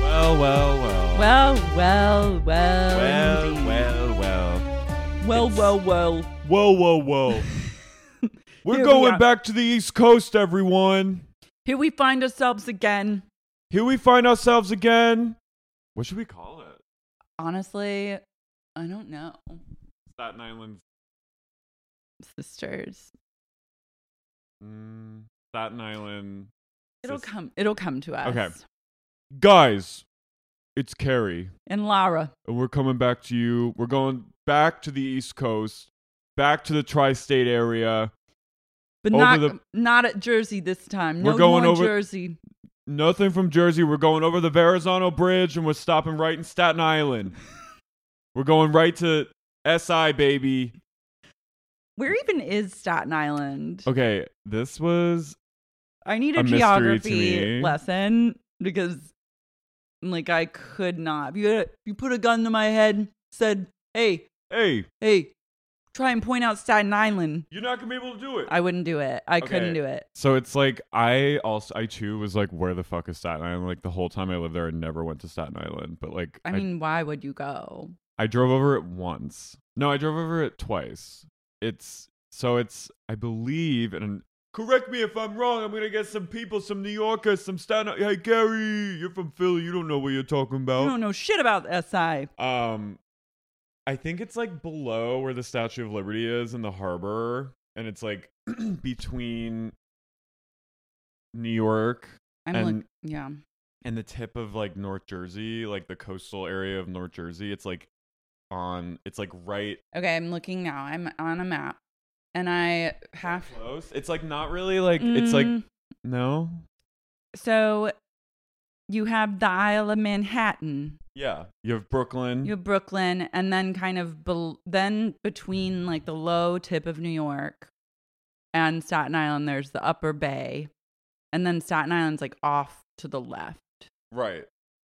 Well, well, well. Well, well, well. well, indeed. well, well. well, well, well. Whoa, whoa, whoa. We're Here we going are. back to the East Coast, everyone. Here we find ourselves again. Here we find ourselves again. What should we call it? Honestly, I don't know. Staten Island. Sisters. Mm, Staten Island. It'll Sis- come it'll come to us. Okay. Guys, it's Carrie, And Lara. and we're coming back to you. We're going back to the East Coast, back to the tri state area. But Over not the- not at Jersey this time. We're no going more over- Jersey. Nothing from Jersey. We're going over the Verrazano Bridge, and we're stopping right in Staten Island. we're going right to SI, baby. Where even is Staten Island? Okay, this was I need A a, mystery to geography me. lesson because like I could not. If you if you put a gun to my head, said, "Hey, hey, hey, try and point out Staten Island." you're not gonna be able to do it. I wouldn't do it. I Okay. couldn't do it. so it's like I also I too was like, where the fuck is Staten Island? Like the whole time I lived there, I never went to Staten Island. But like, I mean, why would you go? I drove over it once. No, I drove over it twice. It's so it's I believe and correct me if I'm wrong. I'm gonna get some people, some New Yorkers, some Staten. Hey Gary, you're from Philly. You don't know what you're talking You about. don't know shit about SI. Um, I think it's like below where the Statue of Liberty is in the harbor, and it's like between New York I'm And- like, yeah. and the tip of like North Jersey, like the coastal area of North Jersey. It's like on. It's like right Okay, I'm looking now. I'm on a map, and I have. close. It's like not really like it's like Mm, no. so. You have the Isle of Manhattan. Yeah, you have Brooklyn. You have Brooklyn, and then kind of bel then between like the low tip of New York and Staten Island, there's the Upper Bay, and then Staten Island's like off to the left, right,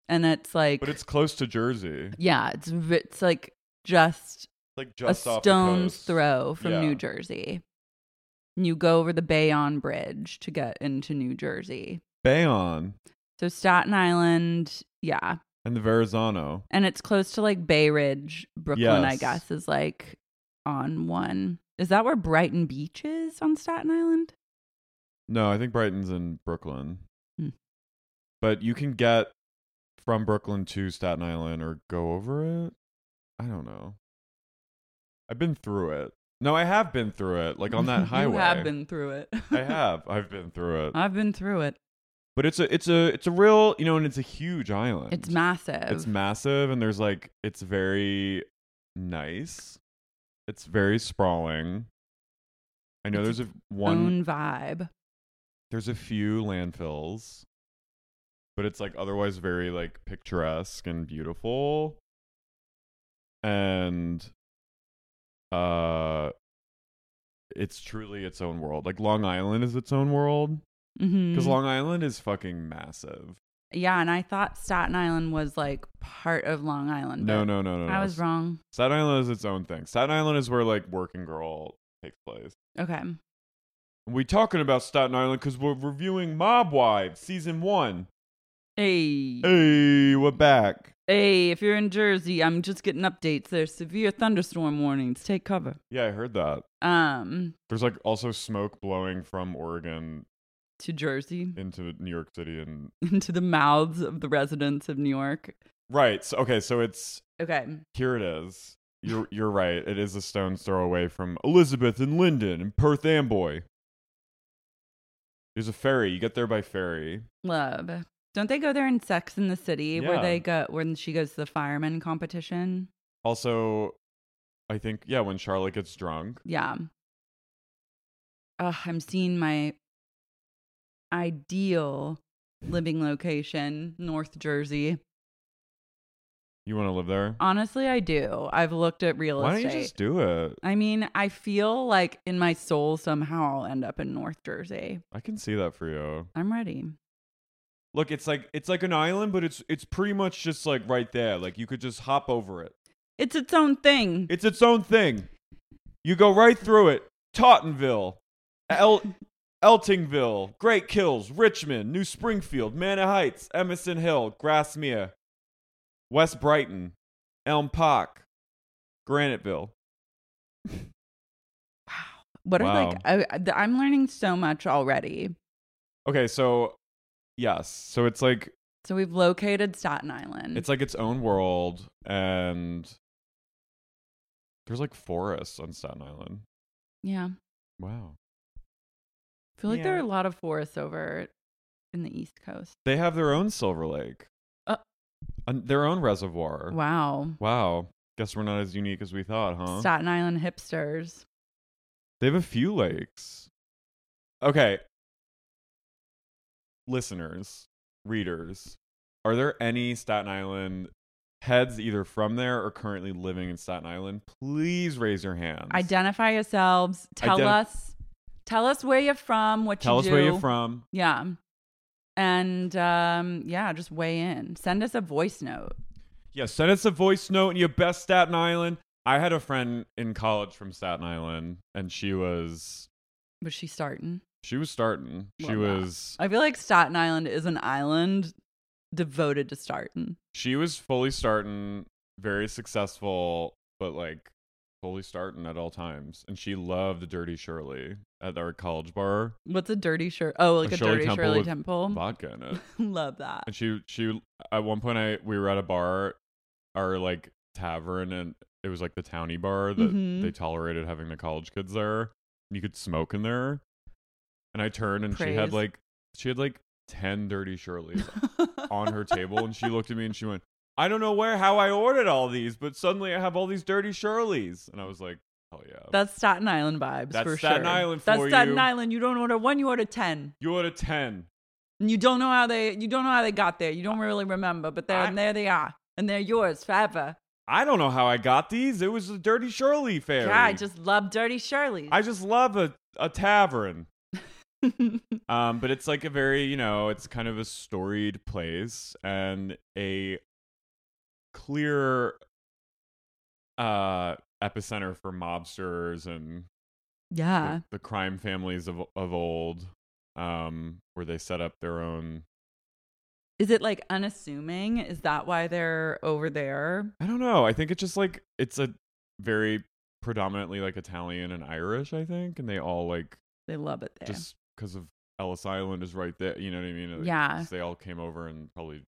and it's like but it's close to Jersey. yeah, it's v- it's like just, Like just a off the stone's coast. throw from Yeah. New Jersey. And You go over the Bayonne Bridge to get into New Jersey. Bayonne So Staten Island, yeah, and the Verrazano. and it's close to like Bay Ridge, Brooklyn, I Yes. guess, is like on one. Is that where Brighton Beach is on Staten Island? No, I think Brighton's in Brooklyn. Hmm. but you can get from Brooklyn to Staten Island or go over it. I don't know. I've been through it. No, I have been through it, like on that highway. you have been Uh. through it. I have. I've been through it. I've been through it. But it's a, it's a, it's a real, you know, and it's a huge island. It's massive. It's massive, and there's like, it's very nice. It's very sprawling. I know It's there's a one. own vibe. There's a few landfills, but it's like otherwise very like picturesque and beautiful. And uh it's truly its own world. Like Long Island is its own world Mm-hmm. cuz Long Island is fucking massive. yeah, and I thought Staten Island was like part of Long Island. No, but no, no, no. I no. was wrong. Staten Island is its own thing. Staten Island is where like Working Girl takes place. Okay. We talking about Staten Island cuz we're reviewing Mob Wives season 1. Hey. Hey, we're back. Hey, if you're in Jersey, I'm just getting updates. There's severe thunderstorm warnings. Take cover. Yeah, I heard that. Um, There's like also smoke blowing from Oregon to Jersey, into New York City and into the mouths of the residents of New York. right. So okay, so it's Okay. here it is. You're you're right. It is a stone's throw away from Elizabeth and Linden and Perth Amboy. There's a ferry. You get there by ferry. Love. Don't they go there in Sex in the City Yeah. where they go when she goes to the fireman competition? Also, I think yeah, when Charlotte gets drunk, Yeah. Ugh, I'm seeing my ideal living location, North Jersey. you want to live there. Honestly, I do. I've looked at real Why don't estate. you just do it? I mean, I feel like in my soul somehow I'll end up in North Jersey. I can see that for you. I'm ready. Look, it's like it's like an island, but it's it's pretty much just like right there. Like you could just hop over it. It's its own thing. It's its own thing. You go right through it. Tottenville, El- Eltingville, Great Kills, Richmond, New Springfield, Manor Heights, Emerson Hill, Grassmere, West Brighton, Elm Park, Graniteville. What are Wow. like I, I- I'm learning so much already. Okay, so yes, so it's like So we've located Staten Island. it's like its own world, and there's like forests on Staten Island. yeah. Wow, I feel like there are Yeah. a lot of forests over in the East Coast. they have their own Silver Lake, Uh. An- their own reservoir. Wow. Wow. Guess we're not as unique as we thought, huh? Staten Island hipsters. They have a few lakes. Okay. Listeners, readers, are there any Staten Island heads either from there or currently living in Staten Island? Please raise your hands. Identify yourselves. Tell Ident- us. Tell us where you're from. What Tell you us do. where you're from. Yeah. And um, yeah, just weigh in. Send us a voice note. Yeah, send us a voice note in your best Staten Island. I had a friend in college from Staten Island, and she was Was she starting? she was starting. She Love that. was I feel like Staten Island is an island devoted to starting. she was fully starting, very successful, but like fully starting at all times. And she loved Dirty Shirley at our college bar, What's a dirty shirt? Oh, like a, Shirley dirty Temple Shirley with Temple. vodka in it. Love that. And she she at one point I we were at a bar, our like tavern, and it was like the towny bar that Mhm. they tolerated having the college kids there. And you could smoke in there. And I turned and she had Praise. like she had like ten Dirty Shirleys on her table and she looked at me and she went, I don't know where how I ordered all these, but suddenly I have all these dirty Shirley's. And I was like, Hell yeah. That's Staten Island vibes That's for sure. Staten Island That's for Staten you. Island. You don't order one, you order ten. you ordered ten. And you don't know how they you don't know how they got there. You don't really remember, but there I- there they are. And they're yours forever. I don't know how I got these. It was the dirty Shirley fair. Yeah, I just love dirty Shirley's. I just love a, a tavern. um, but it's like a very, you know, it's kind of a storied place and a clear uh epicenter for mobsters and yeah. the, the crime families of of old, um, where they set up their own. Is it like unassuming? Is that why they're over there? I don't know. I think it's just like it's a very predominantly like Italian and Irish. I think, and they all like They love it there. just because of Ellis Island is right there. You know what I mean? Like, Yeah. 'cause They all came over and probably.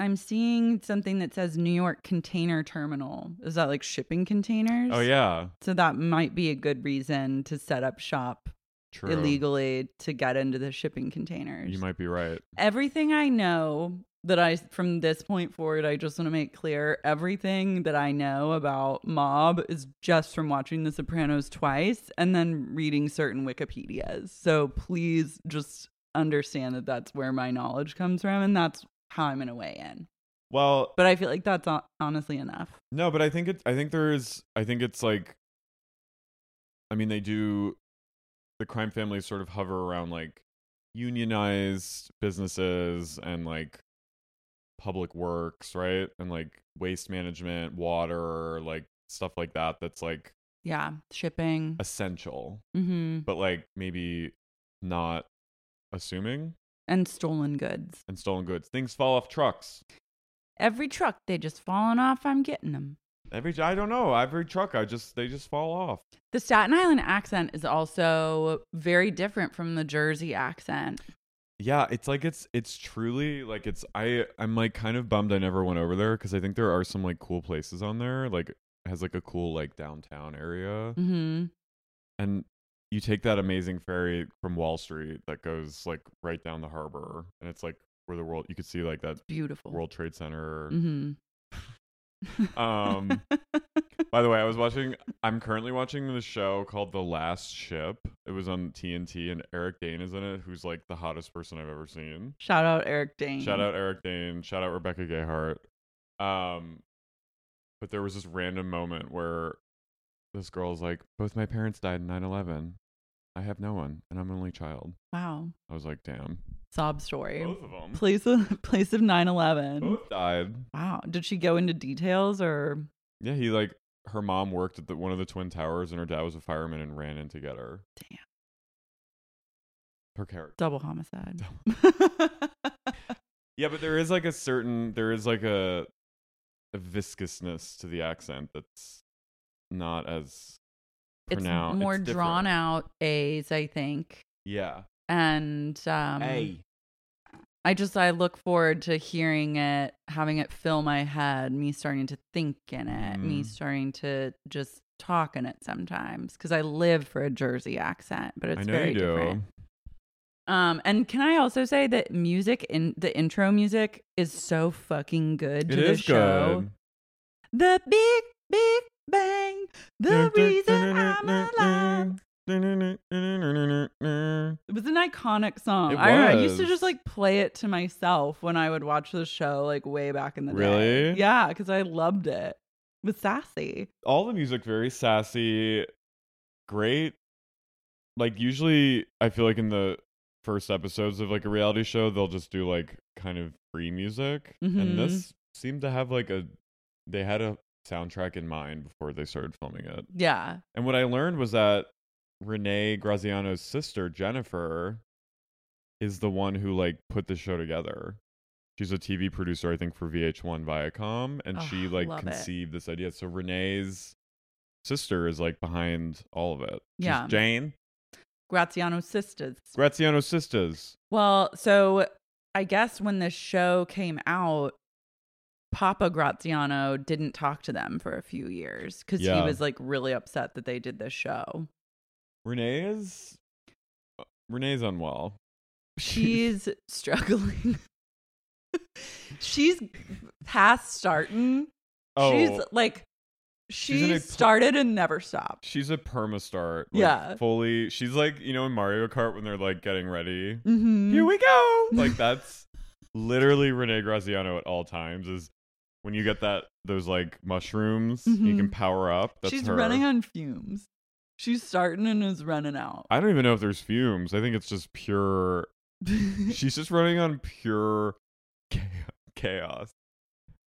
oh, I'm seeing something that says New York Container Terminal. Is that like shipping containers? Oh yeah, So that might be a good reason to set up shop true. illegally to get into the shipping containers. You might be right. everything I know that I from this point forward, I just want to make clear everything that I know about mob is just from watching The Sopranos twice and then reading certain Wikipedias. So please just understand that that's where my knowledge comes from and that's how I'm going to weigh in. Well, But I feel like that's hon- honestly enough. No, but I think it. I think there is. I think it's like. I mean, they do. The crime families sort of hover around like unionized businesses and like public works, right? And like waste management, water, like stuff like that. That's like Yeah, shipping. essential, Mm-hmm. but like maybe not assuming And stolen goods. and stolen goods. Things fall off trucks. Every truck they just falling off, I'm getting them. Every I don't know. Every truck, I just they just fall off. The Staten Island accent is also very different from the Jersey accent. yeah it's like it's it's truly like it's i i'm like kind of bummed i never went over there because i think there are some like cool places on there like it has like a cool like downtown area hmm and you take that amazing ferry from wall street that goes like right down the harbor and it's like where the world you could see like that Beautiful. world trade center hmm um by the way i was watching i'm currently watching the show called the last ship it was on tnt and eric dane is in it who's like the hottest person i've ever seen Shout out Eric Dane. Shout out Eric Dane. Shout out Rebecca Gayhart. Um, but there was this random moment where this girl's like, both my parents died in 9 11. I have no one, and I'm an only child. Wow. I was like, damn. Sob story. Both of them. Place of place of 9/11. Both died. Wow. Did she go into details or Yeah, he like, her mom worked at the, one of the Twin Towers, and her dad was a fireman and ran in to get her. Damn. Her character. double homicide? Yeah, but there is like a certain there is like a, a viscousness to the accent that's not as it's pronounced. more different. drawn out A's, I think. Yeah. And um I just I look forward to hearing it, having it fill my head, me starting to think in it, me Mm. starting to just talk in it sometimes because I live for a Jersey accent, but it's I know very you do. different. Um, and can I also say that music in the intro music is so fucking good It to this is show. good. The big big bang, the reason I'm alive. It was an iconic song. It I, remember I used to was. just like play it to myself when I would watch the show, like way back in the day. Really? Yeah, because I loved it. It was sassy. All the music very sassy, great. Like usually, I feel like in the first episodes of like a reality show, they'll just do like kind of free music, Mhm. and this seemed to have like a they had a soundtrack in mind before they started filming it. Yeah. And what I learned was that Renee Graziano's sister, Jennifer, is the one who like put the show together. She's a TV producer, I think, for VH1 Viacom, and Oh, she like love it. conceived this idea. So Renee's sister is like behind all of it. She's Yeah. Jane Graziano sisters. Graziano sisters. Well, so I guess when this show came out, Papa Graziano didn't talk to them for a few years because Yeah. he was like really upset that they did this show. Renee is uh, Renee's unwell. She's struggling. She's past starting. She's like Oh. She's she in a pl- started and never stopped. She's a permastart. Like, Yeah. Fully. She's like, you know, in Mario Kart when they're like getting ready. Mm-hmm. here we go Mm. like that's literally rene graziano at all times is when you get that those like mushrooms you can Mhm. power up that's She's her. running on fumes. She's starting and is running out. i don't even know if there's fumes i think it's just pure she's just running on pure cha- chaos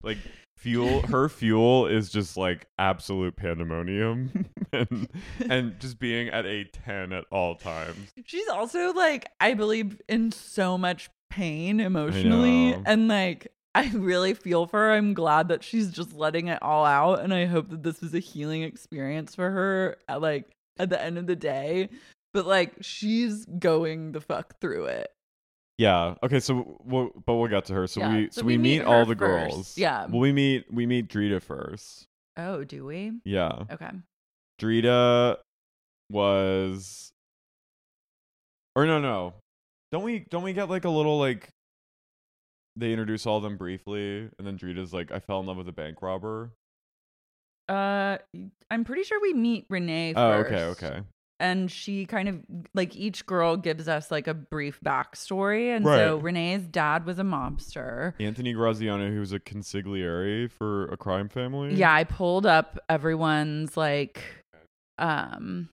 like fuel her fuel is just like absolute pandemonium and and just being at a 10 at all times She's also like, I believe, in so much pain emotionally. know. And like, I really feel for her. I'm glad that she's just letting it all uh, out. And I hope that this was a healing experience for her. At, like, at the end of the day, But like she's going the fuck through it. Yeah. Okay. So, we'll, but we'll get to her. So Yeah, we so, we, meet, her all the first. girls. Yeah. Well, we meet we meet Drita first. Oh, do we? Yeah. Okay. Drita was, or no no, don't we don't we get like a little like they introduce all of them briefly, and then Drita's like, I fell in love with a bank robber. Uh I'm pretty sure we meet Renee Oh, first. okay, okay. And she kind of like each girl gives us like a brief backstory. And so Right. Renee's dad was a mobster. Anthony Graziano, who was a consigliere for a crime family. Yeah, I pulled up everyone's like um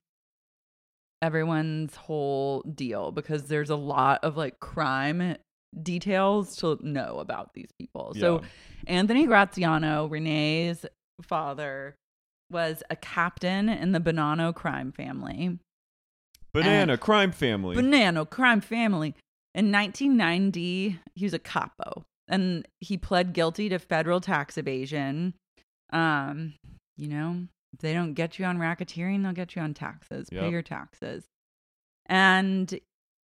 everyone's whole deal because there's a lot of like crime details to know about these people. So Yeah. Anthony Graziano, Renee's father, was a captain in the Bonanno crime family. Banana crime family. Bonanno crime family. In 1990, he was a capo and he pled guilty to federal tax evasion. Um, you know, if they don't get you on racketeering, they'll get you on taxes. Pay Yep. your taxes. And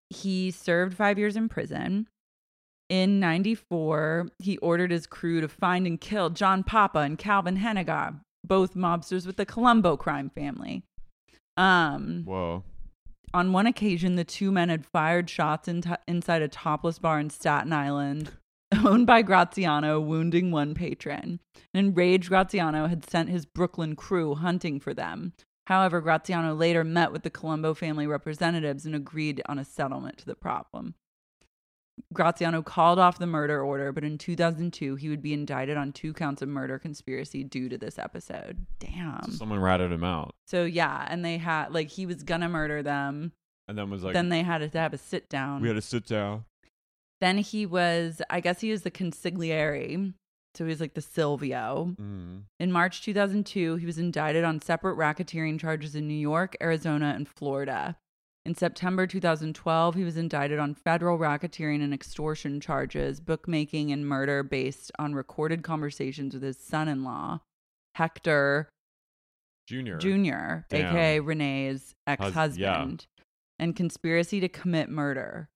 he served five years in prison. In 94, he ordered his crew to find and kill John Papa and Calvin Hennigar, both mobsters with the Colombo crime family. Um, Whoa. on one occasion, the two men had fired shots in inside a topless bar in Staten Island, owned by Graziano, wounding one patron. An enraged Graziano had sent his Brooklyn crew hunting for them. However, Graziano later met with the Colombo family representatives and agreed on a settlement to the problem. Graziano called off the murder order, but in 2002, he would be indicted on two counts of murder conspiracy due to this episode. Damn. Someone ratted him out, So, yeah, and they had, like, he was gonna murder them and then was like, then they had to have a sit down. we had to sit down. then he was, I guess he was the consigliere. So he was like the Silvio. Mm. In March 2002, he was indicted on separate racketeering charges in New York, Arizona, and Florida. In September 2012, he was indicted on federal racketeering and extortion charges, bookmaking, and murder based on recorded conversations with his son in law, Hector Junior. Jr., Damn. aka Renee's ex Hus- yeah. husband, and conspiracy to commit murder.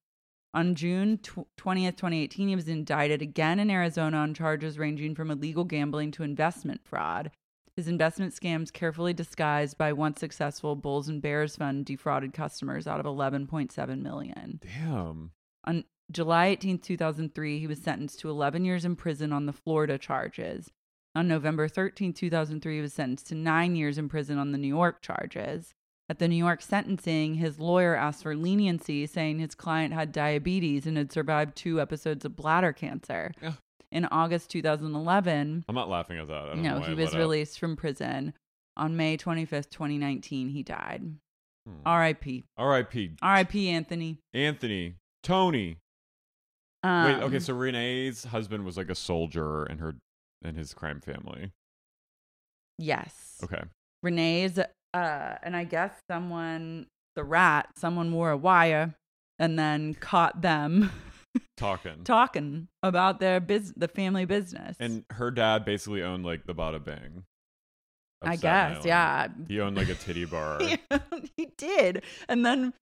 On June tw- 20th, 2018, he was indicted again in Arizona on charges ranging from illegal gambling to investment fraud. His investment scams, carefully disguised by once successful Bulls and Bears fund, defrauded customers out of 11.7 million. Damn. On July 18th, 2003, he was sentenced to 11 years in prison on the Florida charges. On November 13th, 2003, he was sentenced to nine years in prison on the New York charges. At the New York sentencing, his lawyer asked for leniency, saying his client had diabetes and had survived two episodes of bladder cancer. Yeah. In August 2011, I'm not laughing at that. I don't know no, why uh, I he was let out. released from prison. On May 25th, 2019, he died. Hmm. R.I.P. R.I.P. R.I.P. Anthony. Anthony. Tony. Um, Wait. Okay. So Renee's husband was like a soldier, and her and his crime family. yes. Okay. Renee's, uh, and I guess someone, the rat, someone wore a wire and then caught them Talking. talking about their biz, the family business. and her dad basically owned like the Bada Bang. of I Staten guess, Island. yeah. He owned like a titty bar. he, he did. And then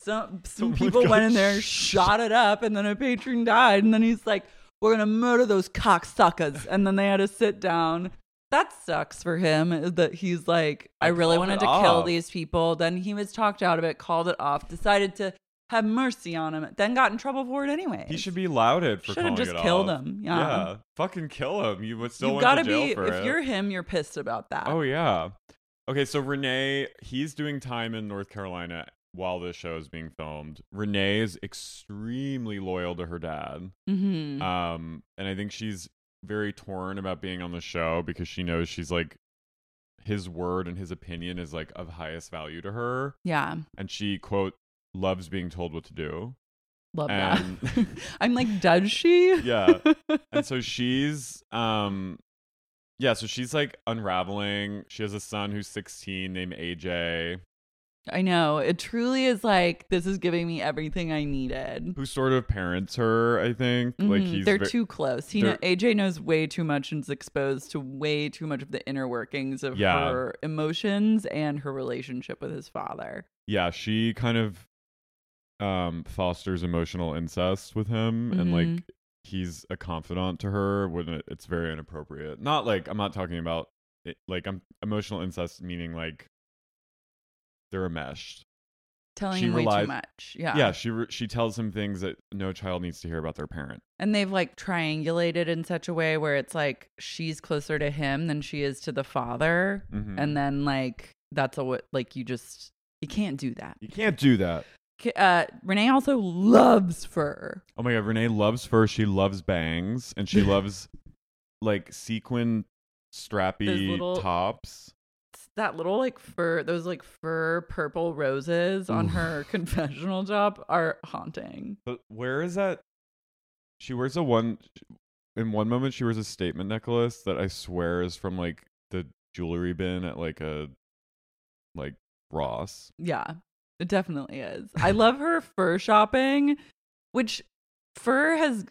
some, some Someone people got went in there, shot. shot it up, and then a patron died. And then he's like, we're going to murder those cocksuckers. And then they had to sit down. That sucks for him is that he's like, I, I really called wanted it to kill off. these people. Then he was talked out of it, called it off, decided to have mercy on him, then got in trouble for it anyway. He should be lauded for Should've calling just it killed off. him, yeah. Fucking kill him. You would still went You've got to to jail be, for if it. you're him, you're pissed about that. Oh yeah. Okay, so Renee, he's doing time in North Carolina while this show is being filmed. Renee is extremely loyal to her dad. hmm Um, and I think she's very torn about being on the show because she knows she's like his word and his opinion is like of highest value to her. yeah. And she quote loves being told what to do. Love that. And- I'm like, does she? Yeah. and so she's um yeah so she's like unraveling she has a son who's 16 named aj I know. It truly is like this is giving me everything I needed. who sort of parents her. I think like Mhm. he's they're ve- too close. He they're- know, AJ knows way too much and is exposed to way too much of the inner workings of Yeah. her emotions and her relationship with his father. yeah, she kind of um fosters emotional incest with him and like Mhm. he's a confidant to her when it, it's very inappropriate. Not like I'm not talking about it, like I'm emotional incest meaning like they're enmeshed. Telling She him way relies- too much. Yeah, Yeah. she re- she tells him things that no child needs to hear about their parent. And they've like triangulated in such a way where it's like she's closer to him than she is to the father. Mhm. And then like that's a what like you just you can't do that. You can't do that. K- Uh, Renee also loves fur. Oh my god, Renee loves fur. She loves bangs and she loves like sequin strappy little- tops. It's that little like fur, those like fur purple roses on her confessional job are haunting. But where is that? She wears a one. In one moment, she wears a statement necklace that I swear is from like the jewelry bin at like a like Ross. Yeah, it definitely is. I love her fur shopping, which fur has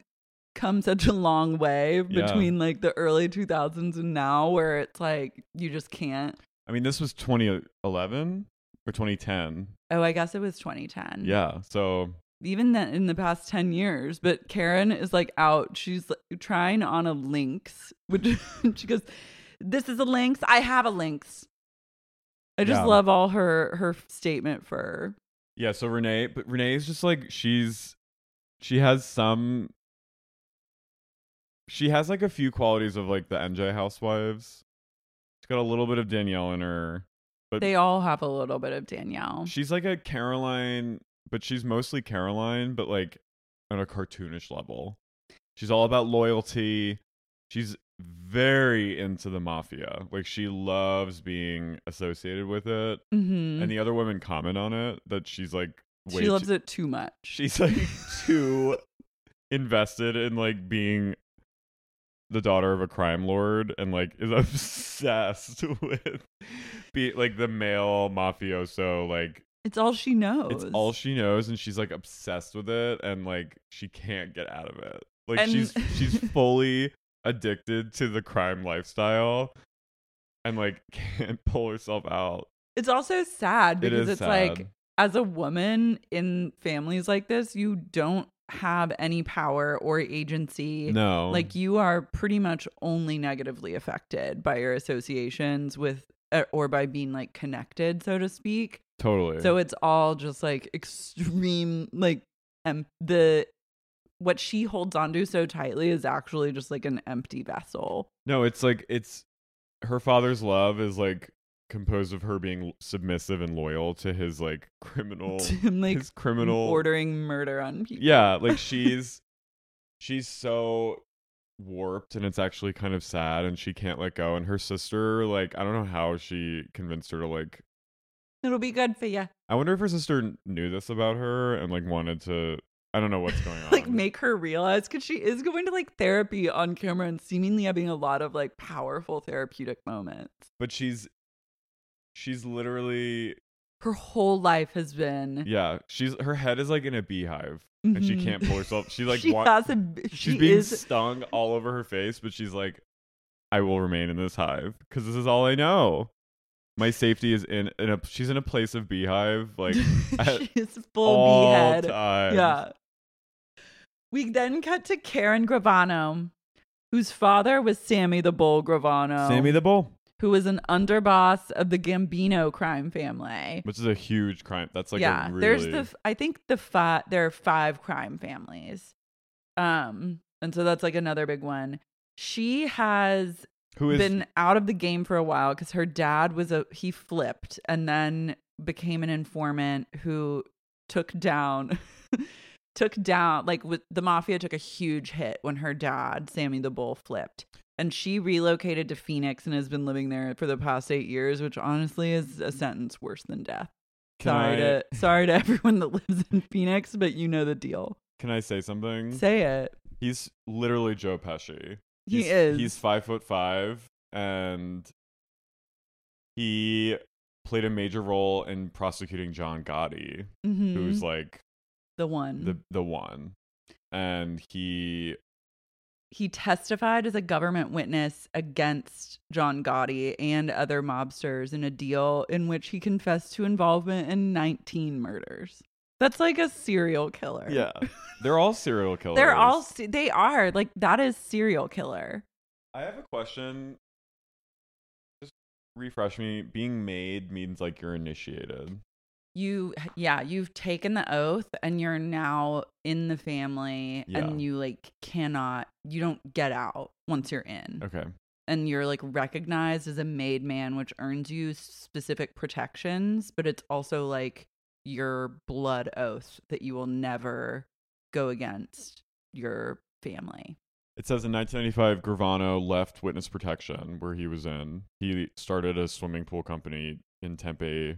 come such a long way Yeah. between like the early 2000s and now, where it's like you just can't. I mean, this was 2011 or 2010. Oh, I guess it was 2010. Yeah. So Even then, in the past 10 years, but Karen is like out. She's like, trying on a lynx, which she goes, This is a lynx. I have a lynx. I just Yeah. love all her her statement fur. yeah. So Renee, but Renee is just like she's she has some. She has like a few qualities of like the NJ Housewives. She's got a little bit of Danielle in her. But They all have a little bit of Danielle. She's like a Caroline, but she's mostly Caroline, but like on a cartoonish level. She's all about loyalty. She's very into the mafia. Like she loves being associated with it. Mm-hmm. And the other women comment on it that she's like way she loves too- it too much. She's like too invested in like being the daughter of a crime lord and like is obsessed with be like the male mafioso like it's all she knows. it's all she knows, and she's like obsessed with it, and like she can't get out of it. Like And- she's she's fully addicted to the crime lifestyle, and like can't pull herself out. it's also sad It because is it's like sad. as a woman in families like this, you don't have any power or agency. No, Like you are pretty much only negatively affected by your associations with uh, or by being like connected, so to speak. totally. So it's all just like extreme, like em- the what she holds onto so tightly is actually just like an empty vessel. no, it's like it's her father's love is like composed of her being submissive and loyal to his like criminal, to him, like his criminal ordering murder on people. yeah like she's she's so warped and it's actually kind of sad and she can't let go and her sister like i don't know how she convinced her to like It'll be good for you. i wonder if her sister kn- knew this about her and like wanted to i don't know what's going on Like make her realize because she is going to like therapy on camera and seemingly having a lot of like powerful therapeutic moments. but she's she's literally Her whole life has been yeah she's her head is like in a beehive and she Mhm. can't pull herself she like she wa- has a b- she's she being is stung all over her face, but she's like, I will remain in this hive because this is all I know. My safety is in, in a, she's in a place of beehive, like at she's full all behead. times. Yeah. We then cut to Karen Gravano, whose father was Sammy the Bull Gravano, Sammy the Bull, who was an underboss of the Gambino crime family. which is a huge crime. That's like, yeah, a really, there's the f- I think the five there are five crime families, um, and so that's like another big one. She has who is, been out of the game for a while because her dad was a he flipped and then became an informant who took down took down like with, the mafia took a huge hit when her dad sammy the bull flipped and she relocated to phoenix and has been living there for the past eight years which honestly is a sentence worse than death Can sorry I- to sorry to everyone that lives in phoenix but you know the deal can I say something? say it he's literally Joe Pesci. he he's, is He's five foot five and he played a major role in prosecuting John Gotti, Mhm. who's like the one? the the one, and he he testified as a government witness against John Gotti and other mobsters in a deal in which he confessed to involvement in 19 murders. That's like a serial killer. they're all serial killers. They're all, se- they are like, that is serial killer. I have a question. Just refresh me. Being made means like you're initiated. You, yeah, you've taken the oath and you're now in the family Yeah. and you like cannot, you don't get out once you're in. Okay. and you're like recognized as a made man, which earns you specific protections, but it's also like your blood oath that you will never go against your family. It says in 1995, Gravano left witness protection where he was in. He started a swimming pool company in Tempe,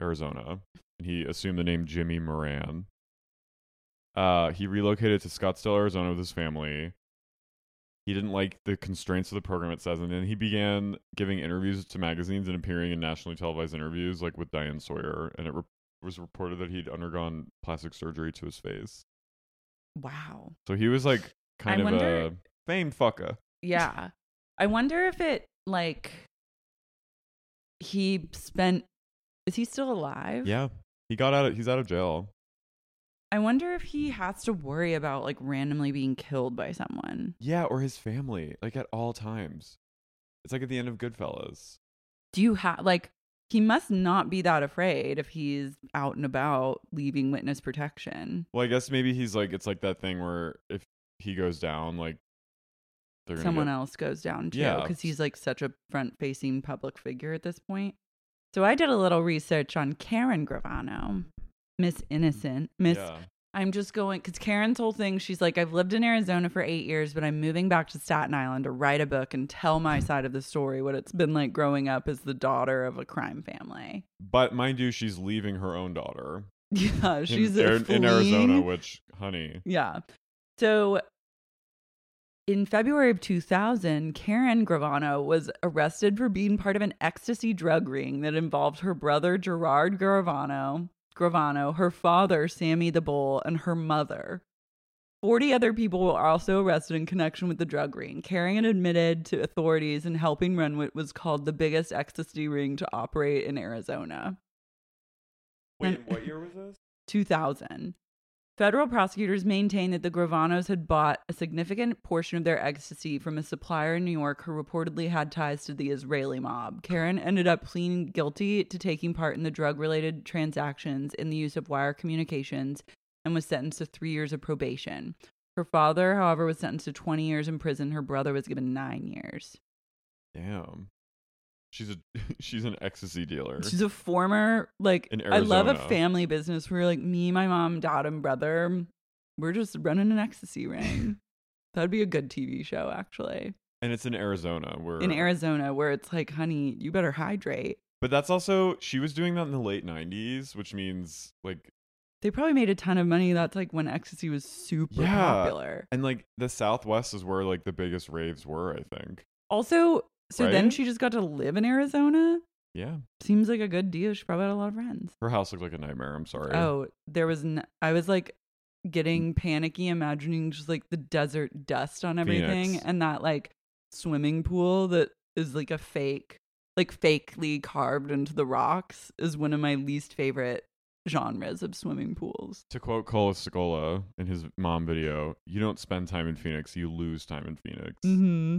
Arizona, and he assumed the name Jimmy Moran. Uh, he relocated to Scottsdale, Arizona with his family. He didn't like the constraints of the program, it says, and then he began giving interviews to magazines and appearing in nationally televised interviews, like with Diane Sawyer. And it re- was reported that he'd undergone plastic surgery to his face. Wow. So he was like kind of I wonder- a famed fucker. Yeah. I wonder if it like he spent is he still alive? Yeah, he got out. Of, he's out of jail. I wonder if he has to worry about like randomly being killed by someone. Yeah, or his family, like at all times. It's like at the end of Goodfellas. do you have like he must not be that afraid if he's out and about leaving witness protection Well, I guess maybe he's like it's like that thing where if he goes down, like they're gonna someone get- else goes down too Yeah. because he's like such a front facing public figure at this point so i did a little research on karen gravano miss innocent miss Yeah. i'm just going because karen's whole thing she's like i've lived in arizona for eight years but i'm moving back to staten island to write a book and tell my side of the story what it's been like growing up as the daughter of a crime family But mind you, she's leaving her own daughter yeah in she's Ar- a in, Arizona. fleeing- Which, honey, Yeah. So in February of 2000, Karen Gravano was arrested for being part of an ecstasy drug ring that involved her brother Gerard Gravano, Gravano, her father Sammy the Bull, and her mother. 40 other people were also arrested in connection with the drug ring. Karen admitted to authorities in helping run what was called the biggest ecstasy ring to operate in Arizona. Wait, what year was this? 2000. Federal prosecutors maintained that the Gravanos had bought a significant portion of their ecstasy from a supplier in New York who reportedly had ties to the Israeli mob. Karen ended up pleading guilty to taking part in the drug related transactions in the use of wire communications and was sentenced to three years of probation. Her father, however, was sentenced to 20 years in prison. Her brother was given nine years. Damn, she's a she's an ecstasy dealer. She's a former like In I love a Arizona. family business where like me, my mom, dad, and brother, we're just running an ecstasy ring. That'd be a good TV show actually. and it's in Arizona. Where In Arizona where it's like, honey, you better hydrate. but that's also she was doing that in the late '90s, which means like They probably made a ton of money. That's like when ecstasy was super Yeah. popular. And like the Southwest is where like the biggest raves were, I think. Also, so then Right? she just got to live in Arizona. Yeah. Seems like a good deal. She probably had a lot of friends. Her house looked like a nightmare. I'm sorry. Oh, there was. N- I was like getting panicky, imagining just like the desert dust on everything, Phoenix. and that like swimming pool that is like a fake, like fakely carved into the rocks is one of my least favorite genres of swimming pools. To quote Cola Scola in his mom video, you don't spend time in Phoenix, you lose time in Phoenix. Mm-hmm.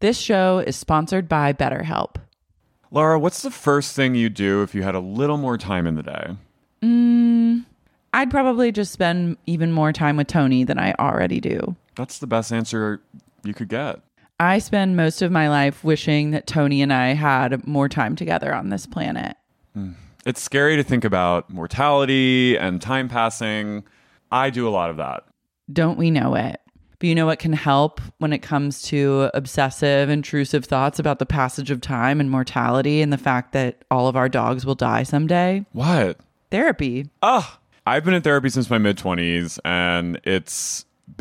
This show is sponsored by BetterHelp. Laura, what's the first thing you do if you had a little more time in the day? Mm, I'd probably just spend even more time with Tony than I already do. That's the best answer you could get. I spend most of my life wishing that Tony and I had more time together on this planet. It's scary to think about mortality and time passing. I do a lot of that. Don't we know it? But you know what can help when it comes to obsessive, intrusive thoughts about the passage of time and mortality and the fact that all of our dogs will die someday? What? Therapy. Ah, I've been in therapy since my mid 20s, and it's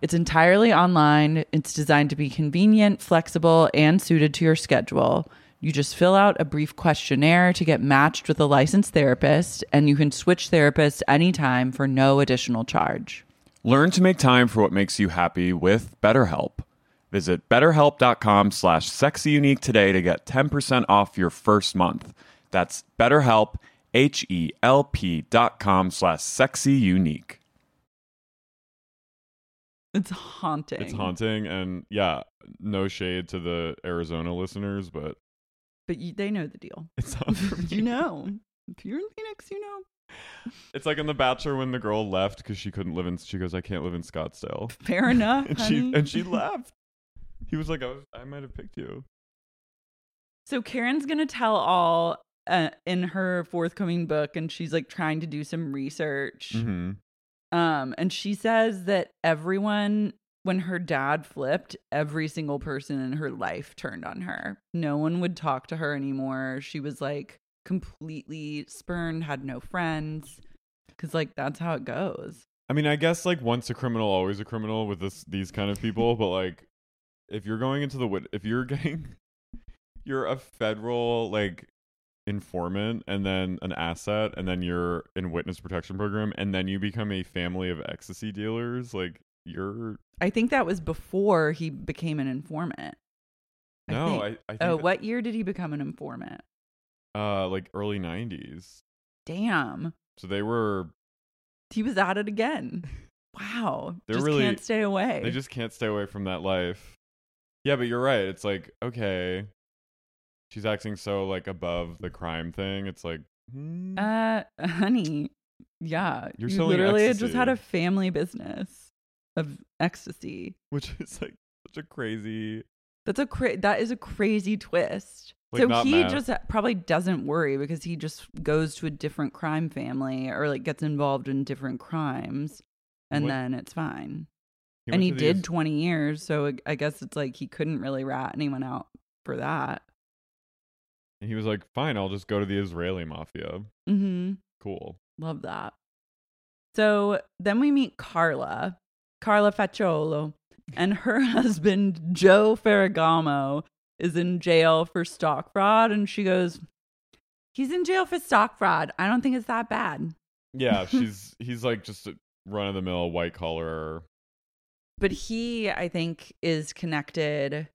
It's entirely online, it's designed to be convenient, flexible, and suited to your schedule. You just fill out a brief questionnaire to get matched with a licensed therapist, and you can switch therapists anytime for no additional charge. Learn to make time for what makes you happy with BetterHelp. Visit betterhelp.com slash sexyunique today to get 10% off your first month. That's betterhelp, H-E-L-P dot com slash sexyunique. It's haunting. It's haunting, and yeah, no shade to the Arizona listeners, but But you, they know the deal. it's not for me. you know. If you're in Phoenix, you know. It's like in The Bachelor when the girl left because she couldn't live in. She goes, "I can't live in Scottsdale," Fair enough. and honey. she and she left. He was like, "I, was, I might have picked you." So Karen's gonna tell all uh, in her forthcoming book, and she's like trying to do some research. Mm-hmm. Um, and she says that everyone, when her dad flipped, every single person in her life turned on her. No one would talk to her anymore. She was like completely spurned, had no friends, because like that's how it goes. I mean, I guess like once a criminal, always a criminal with this these kind of people. But like, if you're going into the wit- if you're getting, you're a federal like informant and then an asset and then you're in witness protection program and then you become a family of ecstasy dealers like you're I think that was before he became an informant. no think. i, I think oh, that- what year did he become an informant? uh like early 90s Damn. so they were he was at it again. Wow. They're just really- can't stay away. they just can't stay away from that life yeah but you're right it's like okay she's acting so like above the crime thing it's like hmm. uh honey. Yeah. You're you selling literally had just ecstasy. had a family business of ecstasy. which is like such a crazy That's a cra- that is a crazy twist. Like, so not he meth. just probably doesn't worry because he just goes to a different crime family or like gets involved in different crimes and What- then it's fine. went and he to did these- 20 years, so I guess it's like he couldn't really rat anyone out for that. and he was like fine i'll just go to the israeli mafia Mhm. cool Love that. So then we meet Carla, Carla Facciolo, and her husband, Joe Ferragamo, is in jail for stock fraud. And she goes, He's in jail for stock fraud. I don't think it's that bad. Yeah, she's he's like just a run of the mill white collar. But he, I think, is connected.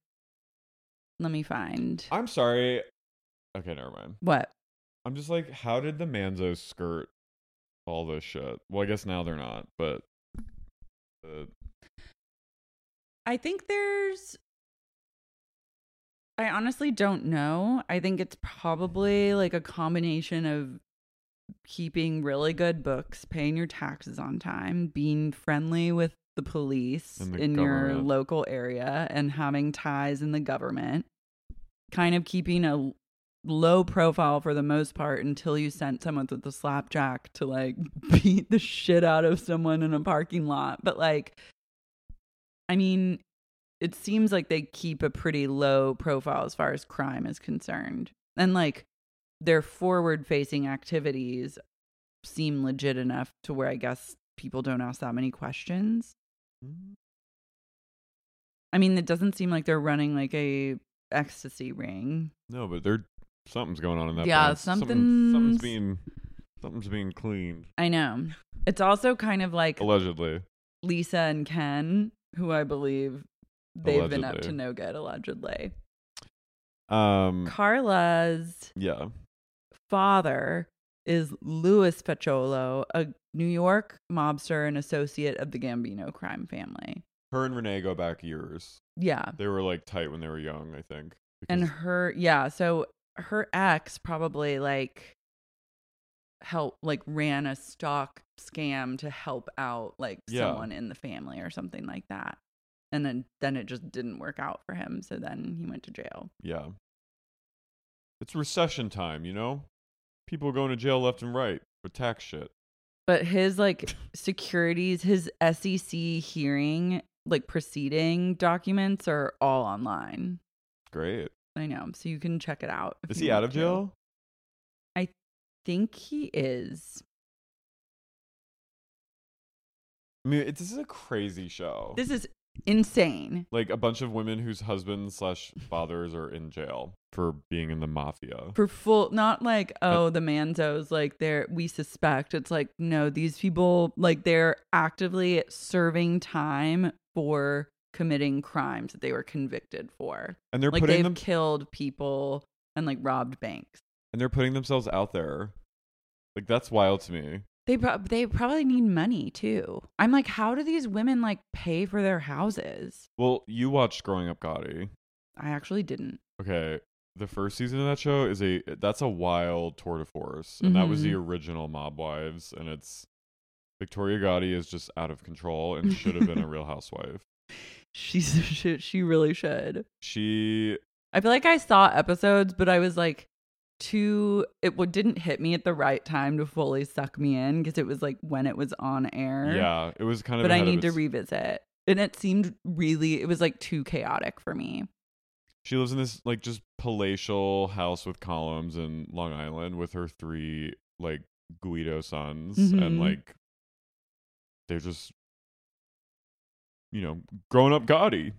Let me find. I'm sorry. Okay, never mind. What? I'm just like, how did the Manzos skirt all this shit? Well, I guess now they're not, but uh, I think there's I honestly don't know. I think it's probably like a combination of keeping really good books, paying your taxes on time, being friendly with the police And the in your government. local area, and having ties in the government. Kind of keeping a l- low profile for the most part until you sent someone with the slapjack to like beat the shit out of someone in a parking lot. But like, I mean, it seems like they keep a pretty low profile as far as crime is concerned. And like their forward facing activities seem legit enough to where I guess people don't ask that many questions. I mean, it doesn't seem like they're running like a ecstasy ring. No, but there something's going on in that. Yeah, place. Something- something's- something's being something's being cleaned I know. It's also kind of like allegedly. Lisa and Ken, who I believe they've been up Allegedly. to no good allegedly. Um, Carla's yeah, father is Louis Facciolo, a New York mobster and associate of the Gambino crime family. her and Renee go back years. Yeah. They were like tight when they were young, I think. And because- her, yeah. So her ex probably like help like ran a stock scam to help out like Yeah. someone in the family or something like that. And then then it just didn't work out for him, so then he went to jail. yeah, it's recession time, you know. People are going to jail left and right for tax shit. But his like securities, his SEC hearing, like proceeding documents are all online. Great. I know. So you can check it out. if Is you he out want of to. jail? think he is. I mean, it, this is a crazy show. This is insane. like a bunch of women whose husbands slash fathers are in jail for being in the mafia. For full not like, oh, the Manzos, like they're we suspect. It's like, no, these people like they're actively serving time for committing crimes that they were convicted for. and they're like putting they've them killed people and like robbed banks. and they're putting themselves out there. Like that's wild to me. They pro- they probably need money too. I'm like, how do these women like pay for their houses? Well, you watched Growing Up Gotti. I actually didn't. Okay. The first season of that show is a that's a wild tour de force. And that was the Mm-hmm. original Mob Wives and it's Victoria Gotti is just out of control and should have been a real housewife. She's she, she really should. She I feel like I saw episodes, but I was like too. It w- didn't hit me at the right time to fully suck me in because it was like when it was on air. yeah, it was kind of but I ahead of need to its- revisit, and it seemed really. It was like too chaotic for me. She lives in this like just palatial house with columns in Long Island with her three like Guido sons Mhm. and like they're just you know, grown up gaudy.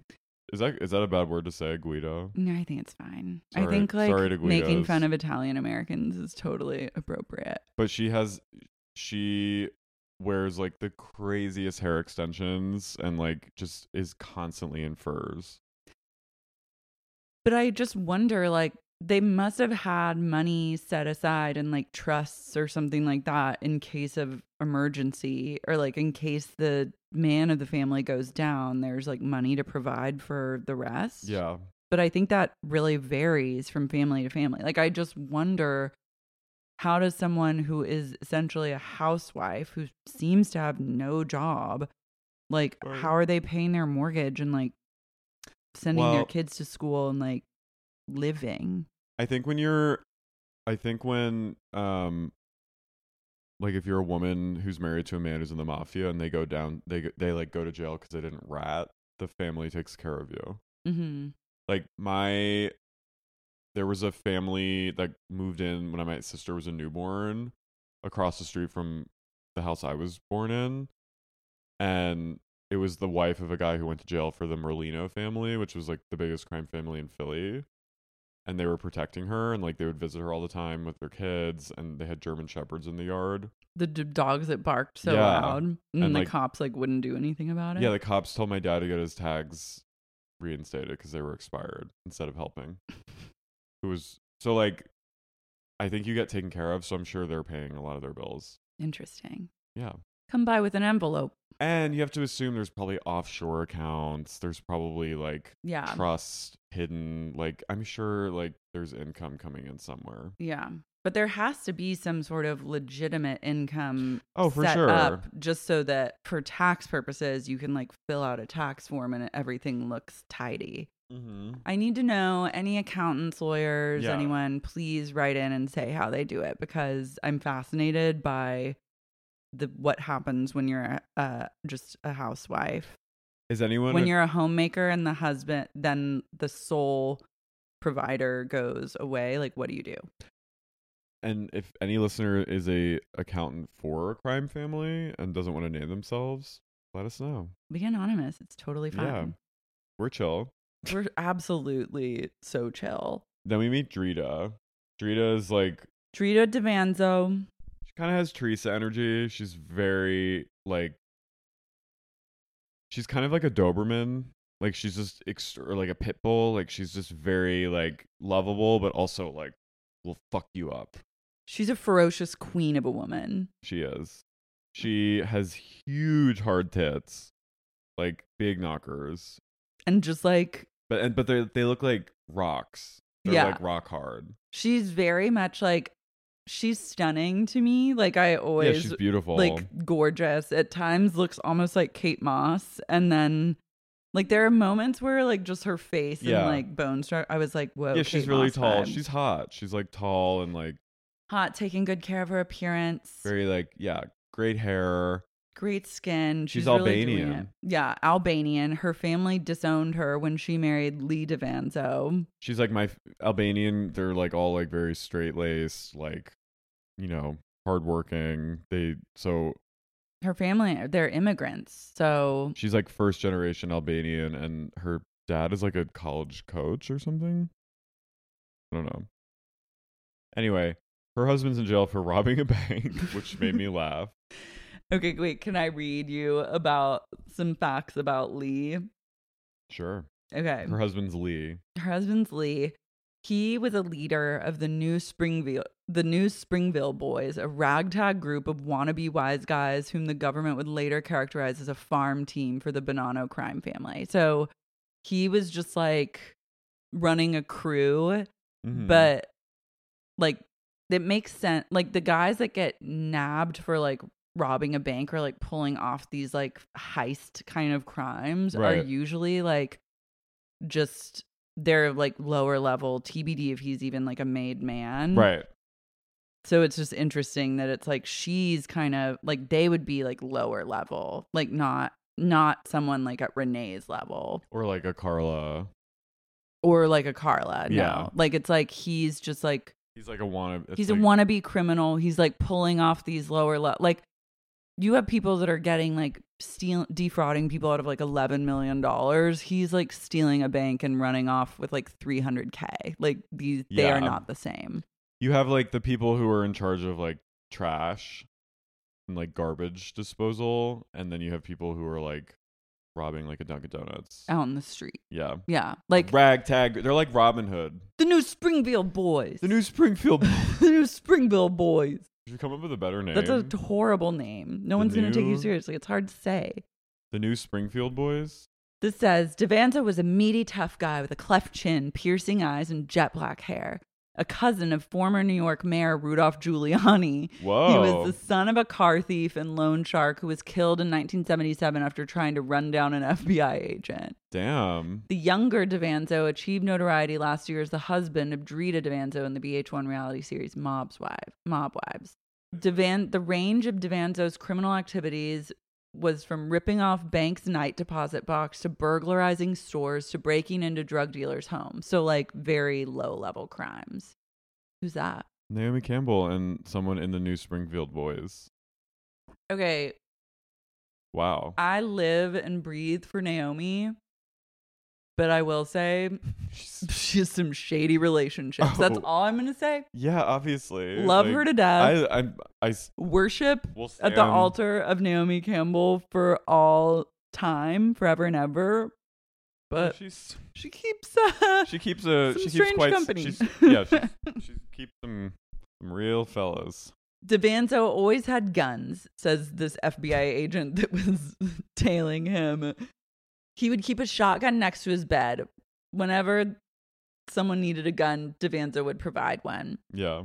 Is that is that a bad word to say, Guido? No, I think it's fine. I Sorry- think sorry to like making Guidos. fun of Italian Americans is totally appropriate. But she has she wears like the craziest hair extensions and like just is constantly in furs. But I just wonder, like, they must have had money set aside and like trusts or something like that in case of emergency or like in case the man of the family goes down, there's like money to provide for the rest. Yeah. But I think that really varies from family to family. Like, I just wonder how does someone who is essentially a housewife who seems to have no job, like, Right. how are they paying their mortgage and like sending their Well- kids to school and like living? I think when you're, I think when, um, like if you're a woman who's married to a man who's in the mafia and they go down, they go- they like go to jail because they didn't rat. The family takes care of you. Mm-hmm. Like my, there was a family that moved in when my sister was a newborn, across the street from the house I was born in, and it was the wife of a guy who went to jail for the Merlino family, which was like the biggest crime family in Philly and they were protecting her and like they would visit her all the time with their kids and they had german shepherds in the yard The d- dogs that barked so Yeah. loud, and, And, the like- cops like wouldn't do anything about it. yeah the cops told my dad to get his tags reinstated because they were expired instead of helping it was so like i think you get taken care of so i'm sure they're paying a lot of their bills interesting. yeah Come by with an envelope. And you have to assume there's probably offshore accounts. There's probably like Yeah. trust hidden. Like I'm sure like there's income coming in somewhere. Yeah. But there has to be some sort of legitimate income Oh, for set sure. up just so that for tax purposes you can like fill out a tax form and everything looks tidy. Mm-hmm. I need to know any accountants, lawyers, Yeah. anyone, please write in and say how they do it because I'm fascinated by the what happens when you're uh just a housewife. Is anyone when you're a homemaker and the husband then the sole provider goes away, like what do you do? and if any listener is a accountant for a crime family and doesn't want to name themselves, let us know. Be anonymous. It's totally fine. We're chill. We're absolutely so chill. Then we meet Drita. Drita is like Drita Devanzo. She kind of has Teresa energy. She's very like she's kind of like a Doberman. Like she's just ext- or like a pit bull. Like she's just very like lovable, but also like will fuck you up. She's a ferocious queen of a woman. She is. She has huge hard tits, like big knockers, And just like, but and but they they look like rocks. They're Yeah. like rock hard. she's very much like, she's stunning to me. Like, I yeah, always, she's beautiful. like, gorgeous. At times looks almost like Kate Moss. And then, like, there are moments where, like, just her face Yeah. and, like, bone structure, I was like, whoa. yeah, she's Kate really Moss tall. vibes. She's hot. She's like tall and like hot, taking good care of her appearance. very like yeah, great hair. great skin. She's She's, really doing Albanian. it. yeah, Albanian. Her family disowned her when she married Lee Devanzo. she's like my f- Albanian. They're like all like very straight laced, like you know, hardworking. They so Her family, they're immigrants. So she's like first generation Albanian, and her dad is like a college coach or something. I don't know. Anyway, her husband's in jail for robbing a bank, which made me laugh. okay, wait, can I read you about some facts about Lee? Sure, Okay. her husband's Lee. her husband's Lee. He was a leader of the new Springville, the new Springville Boys, a ragtag group of wannabe wise guys whom the government would later characterize as a farm team for the Bonanno crime family. So he was just like running a crew, Mhm. but like it makes sense. Like the guys that get nabbed for like robbing a bank or like pulling off these like heist kind of crimes are Right. usually like just they're like lower level TBD if he's even like a made man. right, So it's just interesting that it's like she's kind of like they would be like lower level, like not not someone like at Renee's level or like a Carla. or like a Carla. No. Yeah. Like it's like he's just like He's like a wannabe. it's he's like, a wannabe criminal. He's like pulling off these lower le- like you have people that are getting like steal defrauding people out of like 11 million dollars. He's like stealing a bank and running off with like 300k. Like these they Yeah. are not the same. You have like the people who are in charge of like trash and like garbage disposal, and then you have people who are like robbing like a Dunkin' Donuts. out in the street. Yeah, Yeah. Oh. Like ragtag. They're like Robin Hood. the new Springville boys. The new Springfield. the new Springville boys. Should come up with a better name. That's a t- horrible name. No The one's going to take new- you seriously. It's hard to say. the new Springfield Boys. This says Devanza was a meaty, tough guy with a cleft chin, piercing eyes, and jet black hair. A cousin of former New York Mayor Rudolph Giuliani. He Whoa. was the son of a car thief and loan shark who was killed in 1977 after trying to run down an FBI agent. Damn. The younger Devanzo achieved notoriety last year as the husband of Drita Devanzo in the BH1 reality series Mob's Wife, Mob Wives. Devan- the range of Devanzo's criminal activities was from ripping off banks' night deposit box to burglarizing stores to breaking into drug dealers' homes. So, like, very low level crimes. Who's that? Naomi Campbell and someone in the new Springfield Boys. Okay, Wow. I live and breathe for Naomi, but I will say she has some shady relationships. That's Oh. all I'm going to say. yeah, obviously. Love Like, her to death. I, I, I s- Worship will at stand- the altar of Naomi Campbell for all time, forever and ever. But she, she's keeps uh, she keeps a Some she keeps strange quite s- company. She's, yeah, she's, she keeps some some real fellas. Devanzo always had guns, says this FBI agent that was tailing him. He would keep a shotgun next to his bed. Whenever someone needed a gun, Devanzo would provide one. Yeah.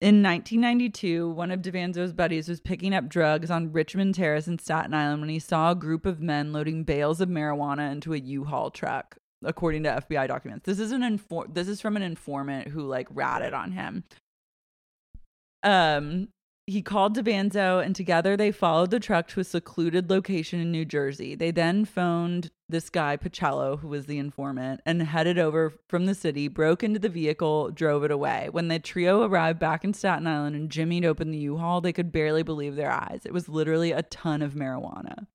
In 1992, one of Devanzo's buddies was picking up drugs on Richmond Terrace in Staten Island when he saw a group of men loading bales of marijuana into a U-Haul truck, according to FBI documents. This is an infor- this is from an informant who like ratted on him. Um, he called Devanzo, and together they followed the truck to a secluded location in New Jersey. They then phoned this guy, Pacello, who was the informant, and headed over from the city, broke into the vehicle, drove it away. When the trio arrived back in Staten Island and Jimmy'd opened the U Haul, they could barely believe their eyes. It was literally a ton of marijuana.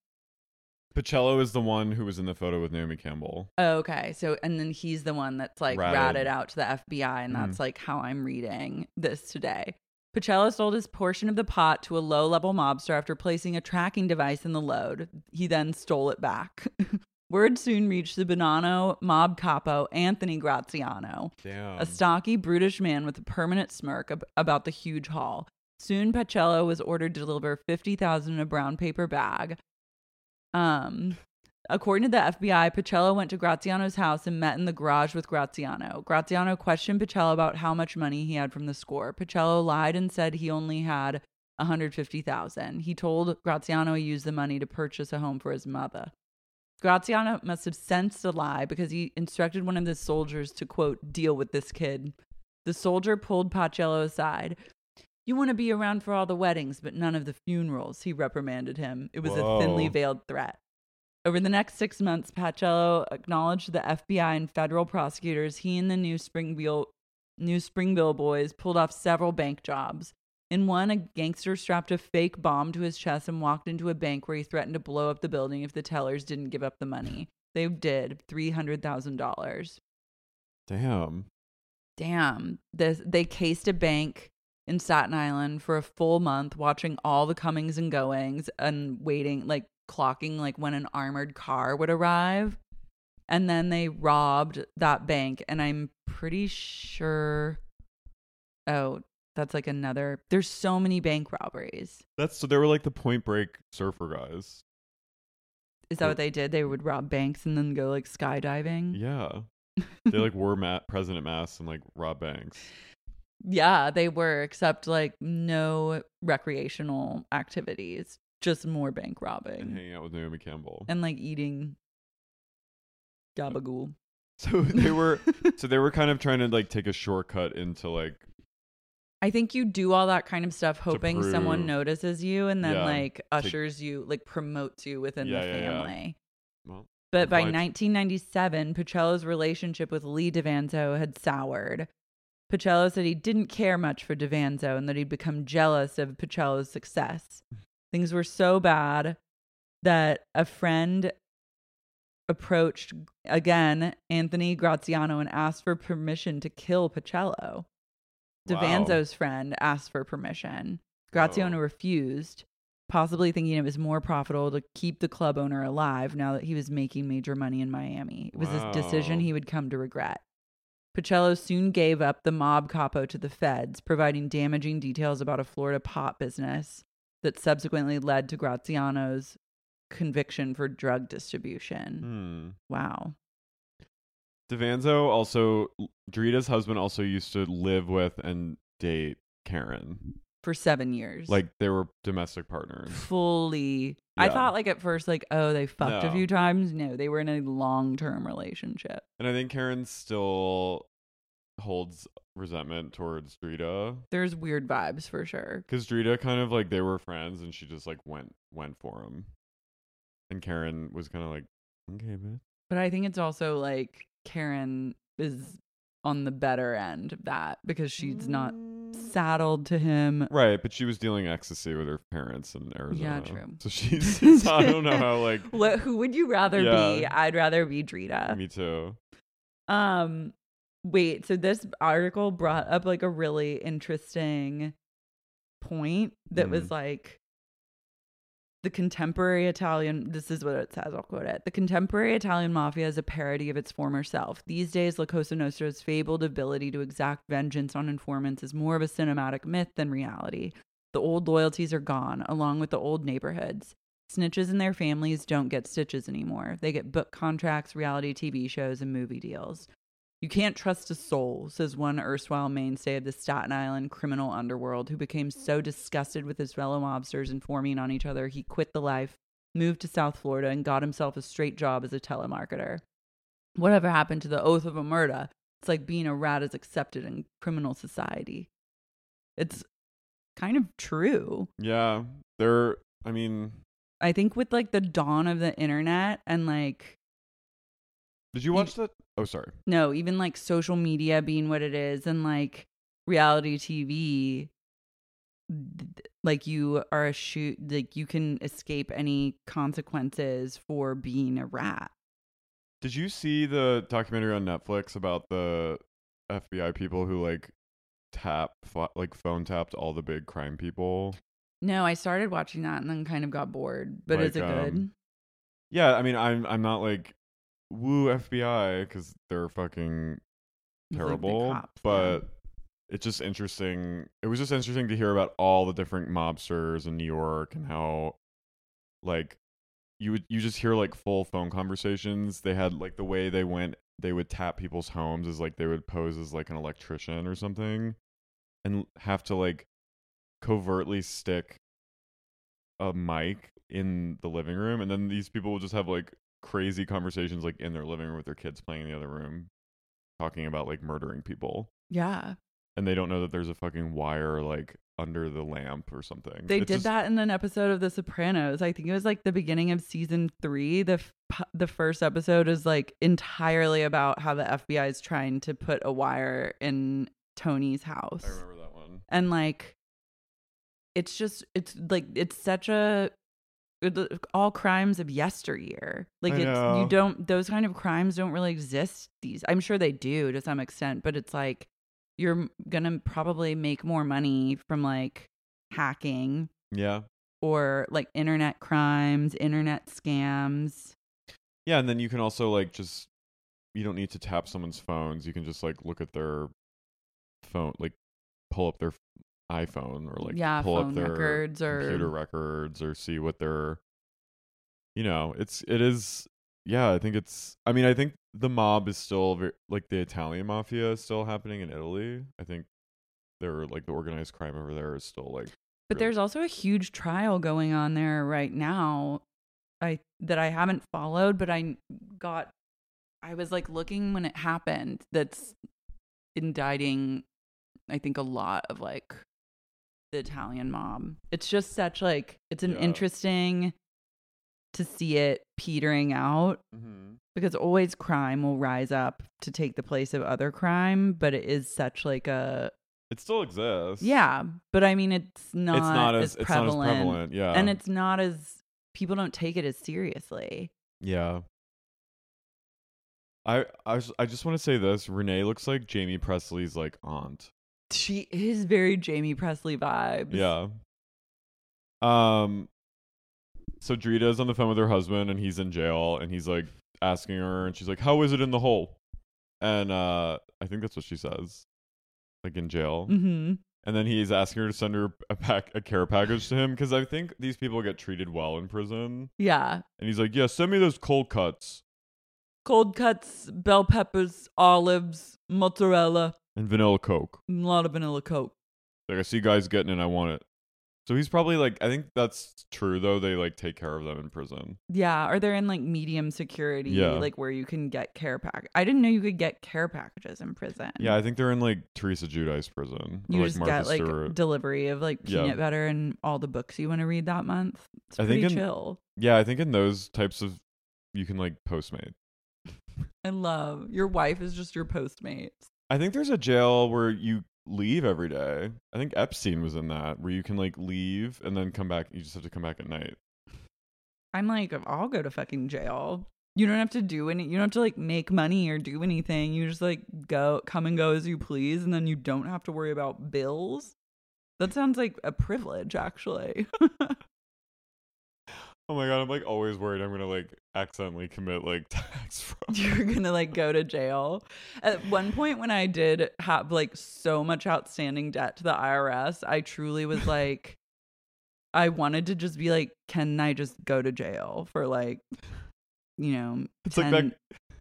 Pacello is the one who was in the photo with Naomi Campbell. Oh, Okay, so and then he's the one that's like Ratted. ratted, out to the FBI, and Mm. that's like how I'm reading this today. Pacello sold his portion of the pot to a low level mobster after placing a tracking device in the load. He then stole it back. Word soon reached the Bonanno mob capo, Anthony Graziano, Damn. a stocky, brutish man with a permanent smirk ab- about the huge haul. Soon, Pacello was ordered to deliver 50,000 in a brown paper bag. Um, according to the FBI, Pacello went to Graziano's house and met in the garage with Graziano. Graziano questioned Pacello about how much money he had from the score. Pacello lied and said he only had 150,000. He told Graziano he used the money to purchase a home for his mother. Graziano must have sensed a lie because he instructed one of the soldiers to, quote, deal with this kid. The soldier pulled Pacello aside. You want to be around for all the weddings, but none of the funerals, he reprimanded him. It was Whoa. a thinly veiled threat. Over the next six months, Pacello acknowledged to the FBI and federal prosecutors he and the new Springville, new Springville boys pulled off several bank jobs. In one, a gangster strapped a fake bomb to his chest and walked into a bank where he threatened to blow up the building if the tellers didn't give up the money. They did $300,000. Damn. Damn. This, they cased a bank in Staten Island for a full month, watching all the comings and goings and waiting, like clocking, like when an armored car would arrive. And then they robbed that bank. And I'm pretty sure. Oh, that's like another. There's so many bank robberies. That's so they were like the Point Break surfer guys. Is that what they did? They would rob banks and then go like skydiving. Yeah. They like were Matt, President Mass and like Rob Banks. Yeah, they were, except like no recreational activities, just more bank and robbing hanging out with Naomi Campbell. and like eating Mm. gabagool. so they were so they were kind of trying to like take a shortcut into like I think you do all that kind of stuff hoping someone prove- notices you and then Yeah, like ushers you, like promotes you within Yeah, the yeah, yeah. family. well But by Right. 1997, Pacello's relationship with Lee Devanzo had soured. Pacello said he didn't care much for Devanzo and that he'd become jealous of Pacello's success. Things were so bad that a friend approached again Anthony Graziano and asked for permission to kill Wow. Pacello. Devanzo's friend asked for permission. Graziano Whoa. refused, possibly thinking it was more profitable to keep the club owner alive now that he was making major money in Miami. It was Wow. a decision he would come to regret. Pacello soon gave up the mob capo to the feds, providing damaging details about a Florida pot business that subsequently led to Graziano's conviction for drug distribution. hmm. Wow. Devanzo also Drita's husband also used to live with and date Karen. For seven years. Like they were domestic partners. fully. I Yeah. thought like at first, like, oh, they fucked No. a few times. No, they were in a long term relationship. And I think Karen still holds resentment towards Drita. There's weird vibes for sure. Because Drita kind of like they were friends and she just like went went for him. And Karen was kind of like, okay, man. But I think it's also like Karen is on the better end of that because she's not saddled to him. Right, but she was dealing ecstasy with her parents in Arizona. true. So she's so I don't know how like What, who would you rather be? Yeah. I'd rather be Drita. me too. Um, wait. So this article brought up like a really interesting point that was like the contemporary Italian. This is what it says. I'll quote it. The contemporary Italian mafia is a parody of its former self. These days, La Cosa Nostra's fabled ability to exact vengeance on informants is more of a cinematic myth than reality. The old loyalties are gone, along with the old neighborhoods. Snitches and their families don't get stitches anymore. They get book contracts, reality TV shows, and movie deals. You can't trust a soul, says one erstwhile mainstay of the Staten Island criminal underworld who became so disgusted with his fellow mobsters informing on each other he quit the life, moved to South Florida, and got himself a straight job as a telemarketer. Whatever happened to the oath of a murder? It's like being a rat is accepted in criminal society. It's kind of true. Yeah, they're. I mean, I think with like the dawn of the internet and like did you watch that? Oh, sorry. no, even like social media being what it is and like reality TV th- like you are a shoot like you can escape any consequences for being a rat. Did you see the documentary on Netflix about the FBI people who like tap pho- like phone tapped all the big crime people? No, I started watching that and then kind of got bored, but is it Like, good? um, Yeah, I mean, I'm I'm not like woo FBI because they're fucking It's like the terrible, cops, yeah. but it's just interesting. It was just interesting to hear about all the different mobsters in New York and how, like, you would you just hear like full phone conversations they had. Like the way they went, they would tap people's homes is like they would pose as like an electrician or something, and have to like covertly stick a mic in the living room, and then these people will just have like crazy conversations like in their living room with their kids playing in the other room talking about like murdering people yeah. and they don't know that there's a fucking wire like under the lamp or something. They It's did just- that in an episode of The Sopranos. I think it was like the beginning of season three. The f- the first episode is like entirely about how the FBI is trying to put a wire in Tony's house, I remember that one. and like, it's just it's like it's such a it- all crimes of yesteryear. Like I it's know. you don't those kind of crimes don't really exist. These I'm sure they do to some extent, but it's like you're gonna probably make more money from like hacking Yeah. or like internet crimes, internet scams. Yeah, and then you can also like just you don't need to tap someone's phones. You can just like look at their phone, like pull up their f- iPhone or like yeah, pull up phone their records or computer records or see what they're you know, it's it is yeah, I think it's I mean, I think the mob is still very, like the Italian mafia is still happening in Italy. I think they're like the organized crime over there is still like But there's also a huge trial going on there right now. I that I haven't followed, but I got I was like looking when it happened that's indicting I think a lot of like the Italian mob. It's just such like it's an Yeah. interesting to see it petering out because always crime will rise up to take the place of other crime but it is such like a it still exists. yeah but i mean it's not, it's not as, as, it's prevalent, not as prevalent. Yeah. and it's not as people don't take it as seriously Yeah. I I, was- I just want to say this. Renee looks like Jamie Presley's like aunt. she is very jamie presley vibes Yeah. Um. So Drita's on the phone with her husband, and he's in jail, and he's like asking her, and she's like, "How is it in the hole?" And uh, I think that's what she says, like in jail. mm-hmm. And then he's asking her to send her a pack, a care package to him, because I think these people get treated well in prison. yeah And he's like, "Yeah, send me those cold cuts." cold cuts bell peppers olives mozzarella and vanilla coke. a lot of vanilla coke Like I see guys getting it, I want it. So he's probably like, I think that's true though. They like take care of them in prison. yeah or they're in like medium security Yeah. like where you can get care pack i didn't know you could get care packages in prison Yeah, I think they're in like Teresa Judice prison. or, Hmm. You like just Martha get like Stewart. delivery of like Yeah. peanut butter and all the books you want to read that month. It's I think pretty in- chill. yeah, I think in those types of, you can like Postmate. I love your wife is just your postmate. I think there's a jail where you leave every day. I think Epstein was in that where you can like leave and then come back. You just have to come back at night. I'm like, I'll go to fucking jail. You don't have to do any. You don't have to like make money or do anything. You just like go, come and go as you please, and then you don't have to worry about bills. That sounds like a privilege, actually. Oh my god, I'm like always worried I'm gonna like accidentally commit like tax fraud. you're gonna like go to jail. At one point, when I did have like so much outstanding debt to the IRS, I truly was like, I wanted to just be like, can I just go to jail for like, you know, It's like that- 10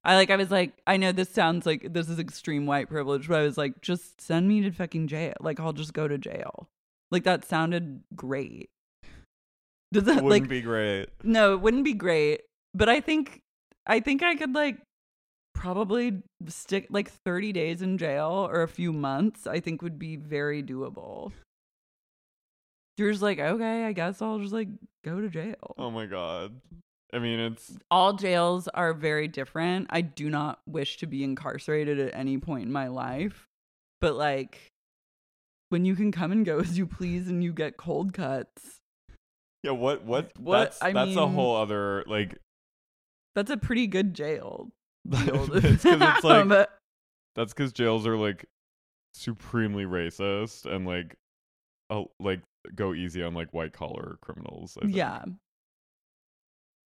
I like I was like, I know this sounds like this is extreme white privilege, but I was like, just send me to fucking jail. Like I'll just go to jail. Like that sounded great. Does that Wouldn't like be great. no, it wouldn't be great. But I think I think I could like probably stick like 30 days in jail or a few months, I think would be very doable. You're just like, okay, I guess I'll just like go to jail. Oh my god. I mean, it's All jails are very different. I do not wish to be incarcerated at any point in my life. But like when you can come and go as you please and you get cold cuts, yeah. What? What? What- That's, I that's a mean- whole other like. that's a pretty good jail. deal. it's 'cause it's like But- That's because jails are like supremely racist and like, oh, like go easy on like white collar criminals. I think. Yeah.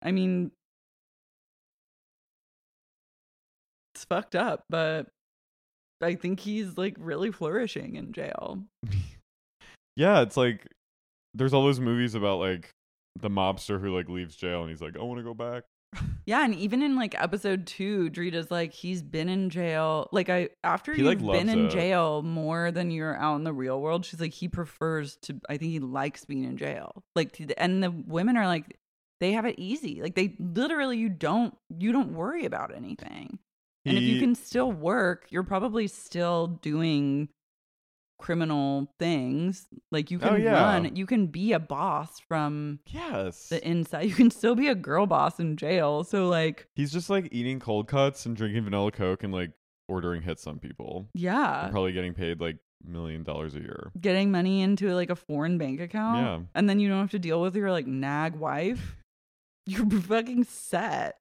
I mean, it's fucked up, but I think he's like really flourishing in jail. yeah. It's like there's all those movies about like the mobster who like leaves jail and he's like, I want to go back. Yeah, and even in like episode two, Drita's like he's been in jail. Like I after He, you've like, been loves in it. jail more than you're out in the real world, she's like he prefers to. I think he likes being in jail. Like to the- and the women are like they have it easy. Like they literally you don't you don't worry about anything. And if you He- can still work, you're probably still doing criminal things. Like you Oh, can yeah. run, you can be a boss from Yes. the inside. You can still be a girl boss in jail. So like, He's just like eating cold cuts and drinking vanilla coke and like ordering hits on people. And yeah, probably getting paid like million dollars a year. getting money into like a foreign bank account, Yeah. and then you don't have to deal with your like nag wife. You're fucking set.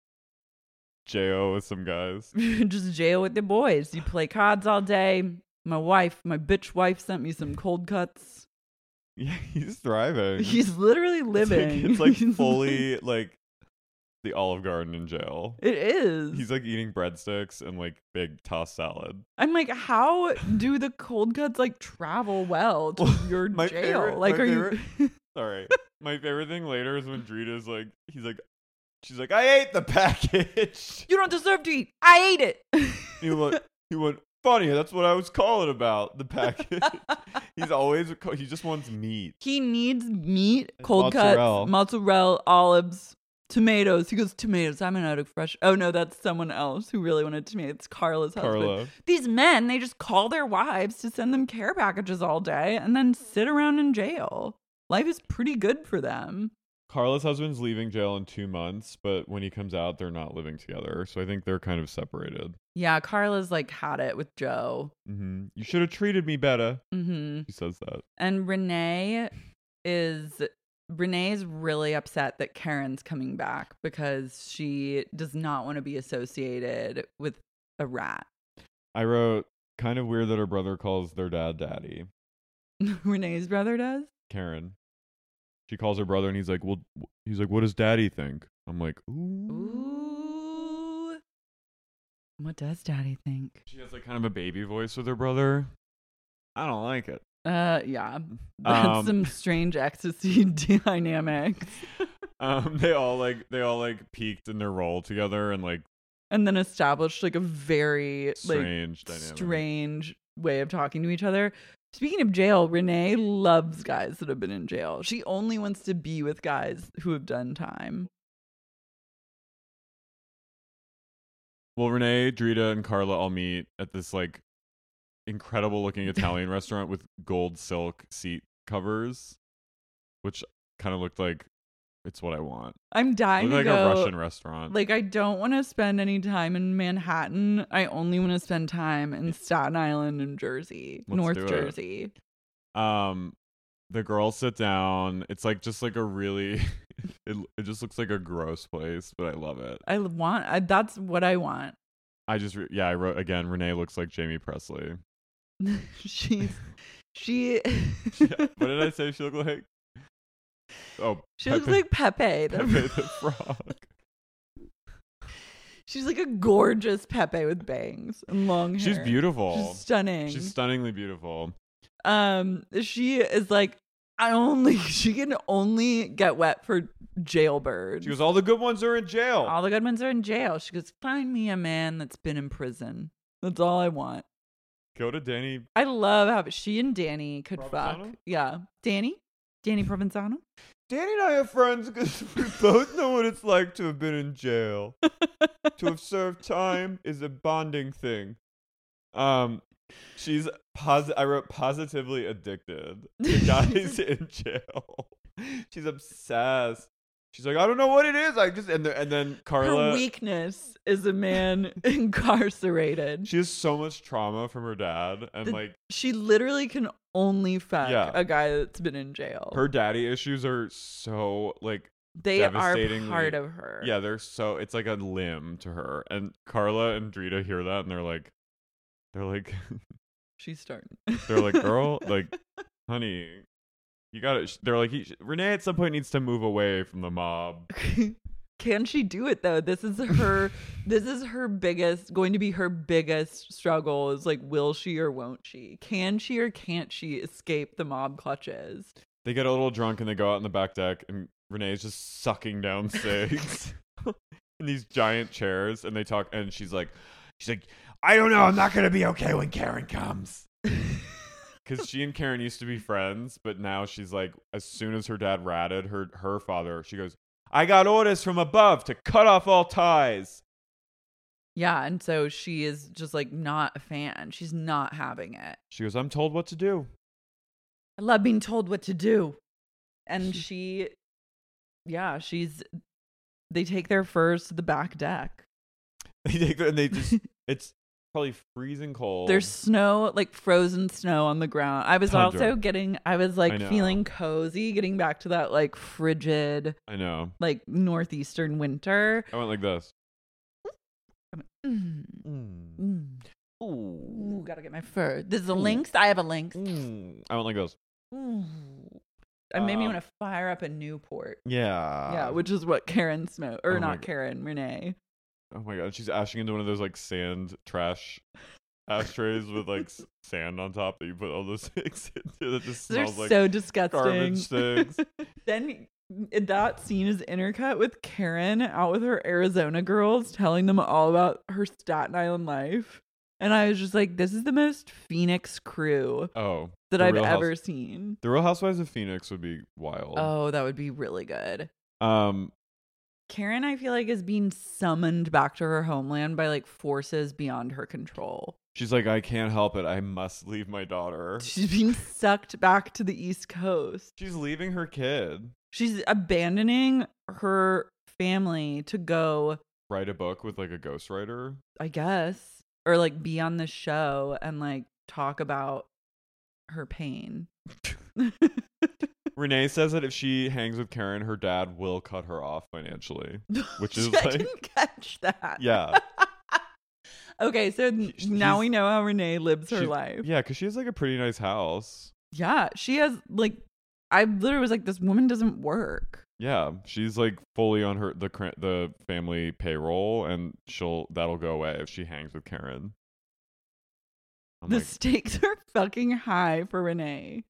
Jo with some guys. Just jail with the boys. You play cards all day. My wife, my bitch wife, sent me some cold cuts. Yeah, he's thriving. He's literally It's like- living. It's like, He's fully like the Olive Garden in jail. It is. He's like eating breadsticks and like big tossed salad. I'm like, how do the cold cuts like travel well to your My jail? favorite- like, my are you? favorite- Sorry. My favorite thing later is when Drita's like, he's like, she's like, I ate the package. you don't deserve to eat. I ate it. He went, he went, funny, that's what I was calling about, the package. he's always, co- he just wants meat. he needs meat, cold Mozzarella. cuts, mozzarella, olives, tomatoes. He goes, tomatoes. I'm an out of fresh. Oh, no, that's someone else who really wanted tomatoes. It's Carla's husband. Carla. These men, they just call their wives to send them care packages all day and then sit around in jail. Life is pretty good for them. Carla's husband's leaving jail in two months, but when he comes out, they're not living together. So I think they're kind of separated. Yeah, Carla's like had it with Joe. hmm You should have treated me better. hmm He says that. And Renee is Renee is really upset that Karen's coming back because she does not want to be associated with a rat. I wrote, kind of weird that her brother calls their dad daddy. Renee's brother does. Karen. She calls her brother and he's like, "Well, w- he's like, what does daddy think?" I'm like, "Ooh." Ooh. What does daddy think? She has like kind of a baby voice with her brother. I don't like it. Uh yeah. That's Um, some strange ecstasy dynamics. Um, they all like they all like peaked in their role together and like And then established like a very like strange dynamic. strange way of talking to each other. Speaking of jail, Renee loves guys that have been in jail. She only wants to be with guys who have done time. Well, Renee, Drita, and Carla all meet at this like incredible looking Italian restaurant with gold silk seat covers, which kind of looked like it's what I want. I'm It dying looked like to go. a Russian restaurant. Like I don't want to spend any time in Manhattan. I only want to spend time in Staten Island and Jersey, Let's do North it. Jersey. um the girls sit down it's like just like a really it, it just looks like a gross place but i love it I want. I, that's what I want. i just re- yeah i wrote again renee looks like jamie presley She's she. Yeah, what did i say she looked like oh She looks Pepe- like Pepe. the- Pepe the frog She's like a gorgeous Pepe with bangs and long hair. she's beautiful She's stunning. she's stunningly beautiful um, she is like I only she can only get wet for jailbirds. She goes, "Oh." all the good ones are in jail. All the good ones are in jail. She goes, find me a man that's been in prison. That's all I want. Go to Danny. I love how she and Danny could fuck. Provenzano? Yeah, Danny, Danny Provenzano. Danny and I are friends because we both know what it's like to have been in jail. to have served time is a bonding thing. Um, she's posi- I wrote positively addicted. The guy's in jail. She's obsessed. She's like, I don't know what it is. I just and the, and then Carla. Her weakness is a man incarcerated. she has so much trauma from her dad and The- like She literally can only fuck Yeah. a guy that's been in jail. her daddy issues are so like they are devastatingly- part of her. yeah they're so it's like a limb to her and carla and drita hear that and they're like they're like she's starting. they're like girl like honey you gotta sh- they're like he, renee at some point needs to move away from the mob can she do it though this is her this is her biggest going to be her biggest struggle is like will she or won't she can she or can't she escape the mob clutches they get a little drunk and they go out on the back deck and renee's just sucking down cigs in these giant chairs and they talk and she's like she's like i don't know i'm not gonna be okay when karen comes because she and Karen used to be friends, but now she's like, as soon as her dad ratted her, her father, she goes, "I got orders from above to cut off all ties." yeah and so she is just like not a fan she's not having it She goes, "I'm told what to do." i love being told what to do and she yeah she's they take their furs to the back deck They take the, and they just, it's probably freezing cold. There's snow, like frozen snow on the ground. I was Tundra. also getting, I was I like know. feeling cozy, getting back to that like frigid, I know. like northeastern winter. I went like this. Mm, Mm-hmm. mm. Ooh, gotta get my fur. This is a lynx. I have a lynx. Mm, I went like this. Ooh. It made me Um, want to fire up a Newport. Yeah. yeah, which is what Karen smoked, or Oh my not God. Karen, Renee. oh my god, she's ashing into one of those like sand trash ashtrays with like s- sand on top that you put all those cigs into that just They're smells like so disgusting. garbage things. then that scene is intercut with Karen out with her Arizona girls telling them all about her Staten Island life. And I was just like, this is the most Phoenix crew oh that the I've Real House- ever seen. The Real Housewives of Phoenix would be wild. Oh, that would be really good. Um, Karen, I feel like, is being summoned back to her homeland by like forces beyond her control. she's like, I can't help it. I must leave my daughter. She's being sucked back to the East Coast. She's leaving her kid. She's abandoning her family to go Write a book with like a ghostwriter. I guess, or like be on the show and like talk about her pain. Renee says that if she hangs with Karen, her dad will cut her off financially. Which is I like- didn't catch that. Yeah. Okay, so n- He's- now we he's- know how Renee lives her She's- life. Yeah. Yeah, because she has like a pretty nice house. she has like, I literally was like, this woman doesn't work. Yeah, she's like fully on her the cra- the family payroll, and she'll that'll go away if she hangs with Karen. I'm the like, stakes are fucking high for Renee.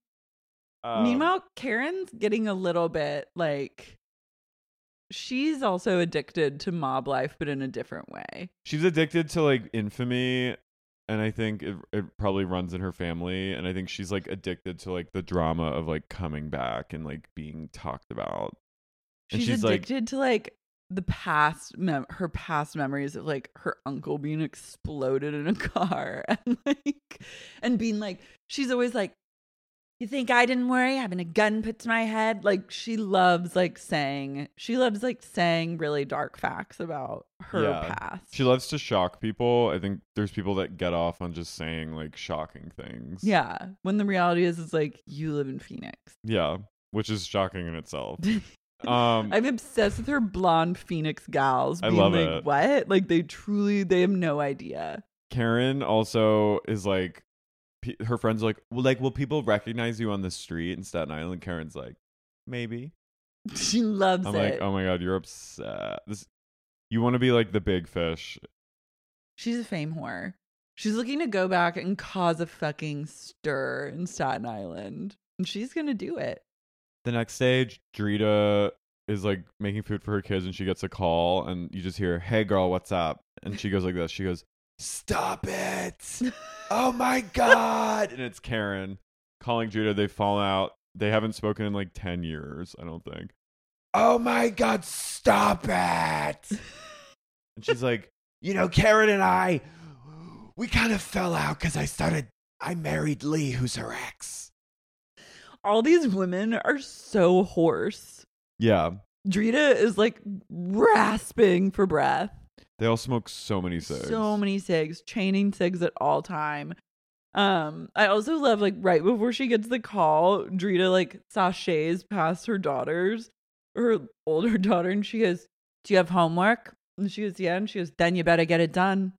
um, Meanwhile, Karen's getting a little bit like, she's also addicted to mob life, but in a different way. she's addicted to like infamy and i think it, it probably runs in her family and i think she's like addicted to like the drama of like coming back and like being talked about And she's, she's, like- addicted to like the past mem- her past memories of like her uncle being exploded in a car and like and being like she's always like you think i didn't worry having a gun put to my head like she loves like saying she loves like saying really dark facts about her Yeah. past she loves to shock people i think there's people that get off on just saying like shocking things yeah when the reality is is like you live in phoenix yeah which is shocking in itself um I'm obsessed with her blonde Phoenix gals. I Being love like, it. What? Like they truly, they have no idea. karen also is like pe- her friends are like well like will people recognize you on the street in staten island karen's like maybe She loves I'm it. like, oh my god, you're upset. This, you want to be like the big fish. She's a fame whore. She's looking to go back and cause a fucking stir in Staten Island. And she's going to do it. The next stage, Drita is like making food for her kids and she gets a call and you just hear, Hey girl, what's up? And she goes like this. She goes, Stop it. Oh my God. and it's Karen calling Drita. They fall out. They haven't spoken in like 10 years, I don't think. Oh my God, stop it. and she's like, You know, Karen and I, we kind of fell out because I started, I married Lee, who's her ex. All these women are so hoarse. Yeah. Drita is like rasping for breath. They all smoke so many cigs. So many cigs, chaining cigs at all time. Um, I also love like right before she gets the call, Drita like sashays past her daughters, her older daughter, and she goes, "Do you have homework?" And she goes, "Yeah." And she goes, "Then you better get it done."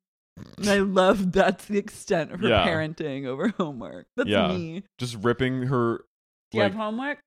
And I love that's the extent of her Yeah. parenting over homework. That's Yeah. me. Just ripping her. Do you like, have homework?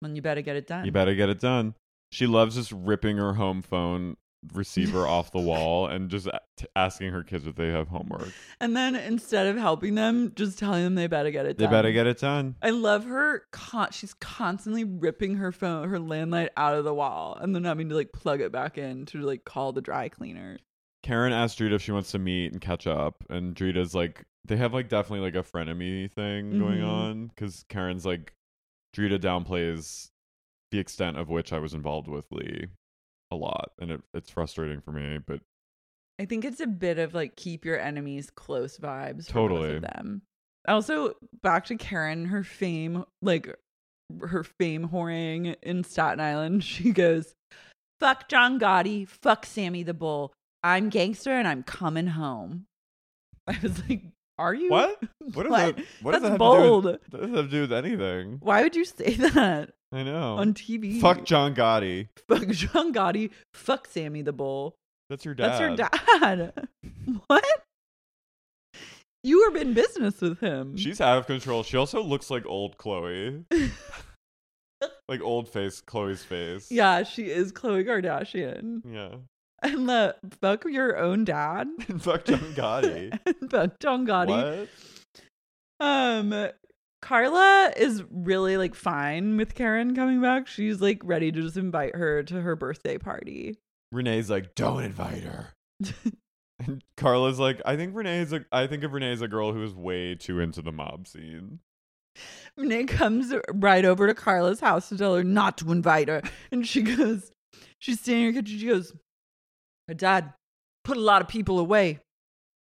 Then you better get it done. You better get it done. She loves just ripping her home phone receiver off the wall and just a- t- asking her kids if they have homework. And then instead of helping them, just telling them they better get it They done. better get it done. I love her. Con- she's constantly ripping her phone, her landline out of the wall, and then having to like plug it back in to like call the dry cleaner. Karen asked Drita if she wants to meet and catch up, and Drita's like, they have like definitely like a frenemy thing going Mhm. on because Karen's like, Drita downplays the extent of which I was involved with Lee a lot, and it, it's frustrating for me. But I think it's a bit of like keep your enemies close vibes. For totally. Totally. of them. Also, back to Karen, her fame, like her fame whoring in Staten Island. She goes, "Fuck John Gotti, fuck Sammy the Bull. I'm gangster and I'm coming home." I was like, "Are you what? What does What? that? What does That's that have to do with- bold. that doesn't have to do with anything. Why would you say that I know. on TV? Oh. Fuck John Gotti. fuck John Gotti, fuck Sammy the Bull. That's your dad. That's her dad. what? You were in business with him. She's out of control. She also looks like old Chloe. like old face, Chloe's face. yeah, she is Khloe Kardashian. Yeah. And the fuck your own dad. And fuck John Gotti. and fuck John Gotti. What? Um Carla is really like fine with Karen coming back. She's like ready to just invite her to her birthday party. Renee's like, don't invite her. and Carla's like, I think Renee's a I think of Renee as a girl who is way too into the mob scene. Renee comes right over to Carla's house to tell her not to invite her. And she goes, she's standing in her kitchen. She goes, her dad put a lot of people away.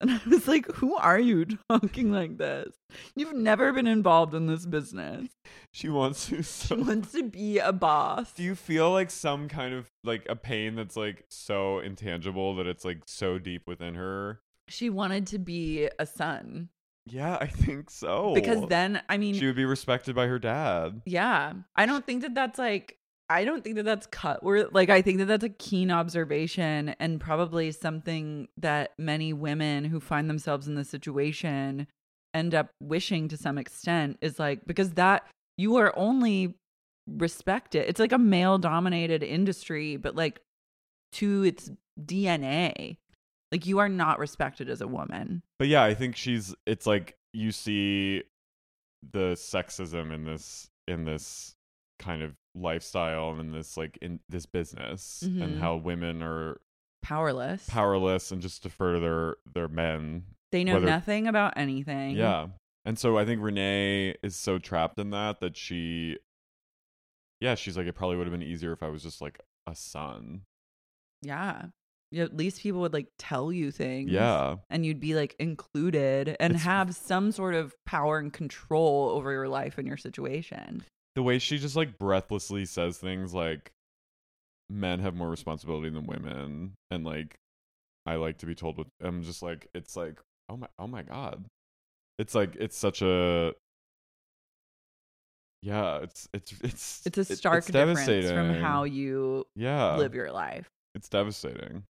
And I was like, who are you talking like this? You've never been involved in this business. She wants to so She wants to be a boss. Do you feel like some kind of like a pain that's like so intangible that it's like so deep within her? She wanted to be a son. Yeah, I think so. Because then, I mean, Oh. she would be respected by her dad. Yeah. I don't think that that's like, I don't think that that's cut. We're like, I think that that's a keen observation and probably something that many women who find themselves in this situation end up wishing to some extent is like, because that you are only respected. It's like a male dominated industry, but like to its DNA, like you are not respected as a woman. But yeah, I think she's it's like you see the sexism in this in this kind of lifestyle and in this like in this business Mhm. and how women are Powerless. powerless and just defer to their their men. They know whether- nothing about anything. Yeah. And so I think Renee is so trapped in that that she Yeah, she's like it probably would have been easier if I was just like a son. Yeah. Yeah, at least people would like tell you things. Yeah. And you'd be like included and It's- have some sort of power and control over your life and your situation. the way she just like breathlessly says things like men have more responsibility than women and like i like to be told with i'm just like it's like oh my oh my god it's like it's such a yeah it's it's it's It's a it- stark difference devastating. from how you yeah live your life. it's devastating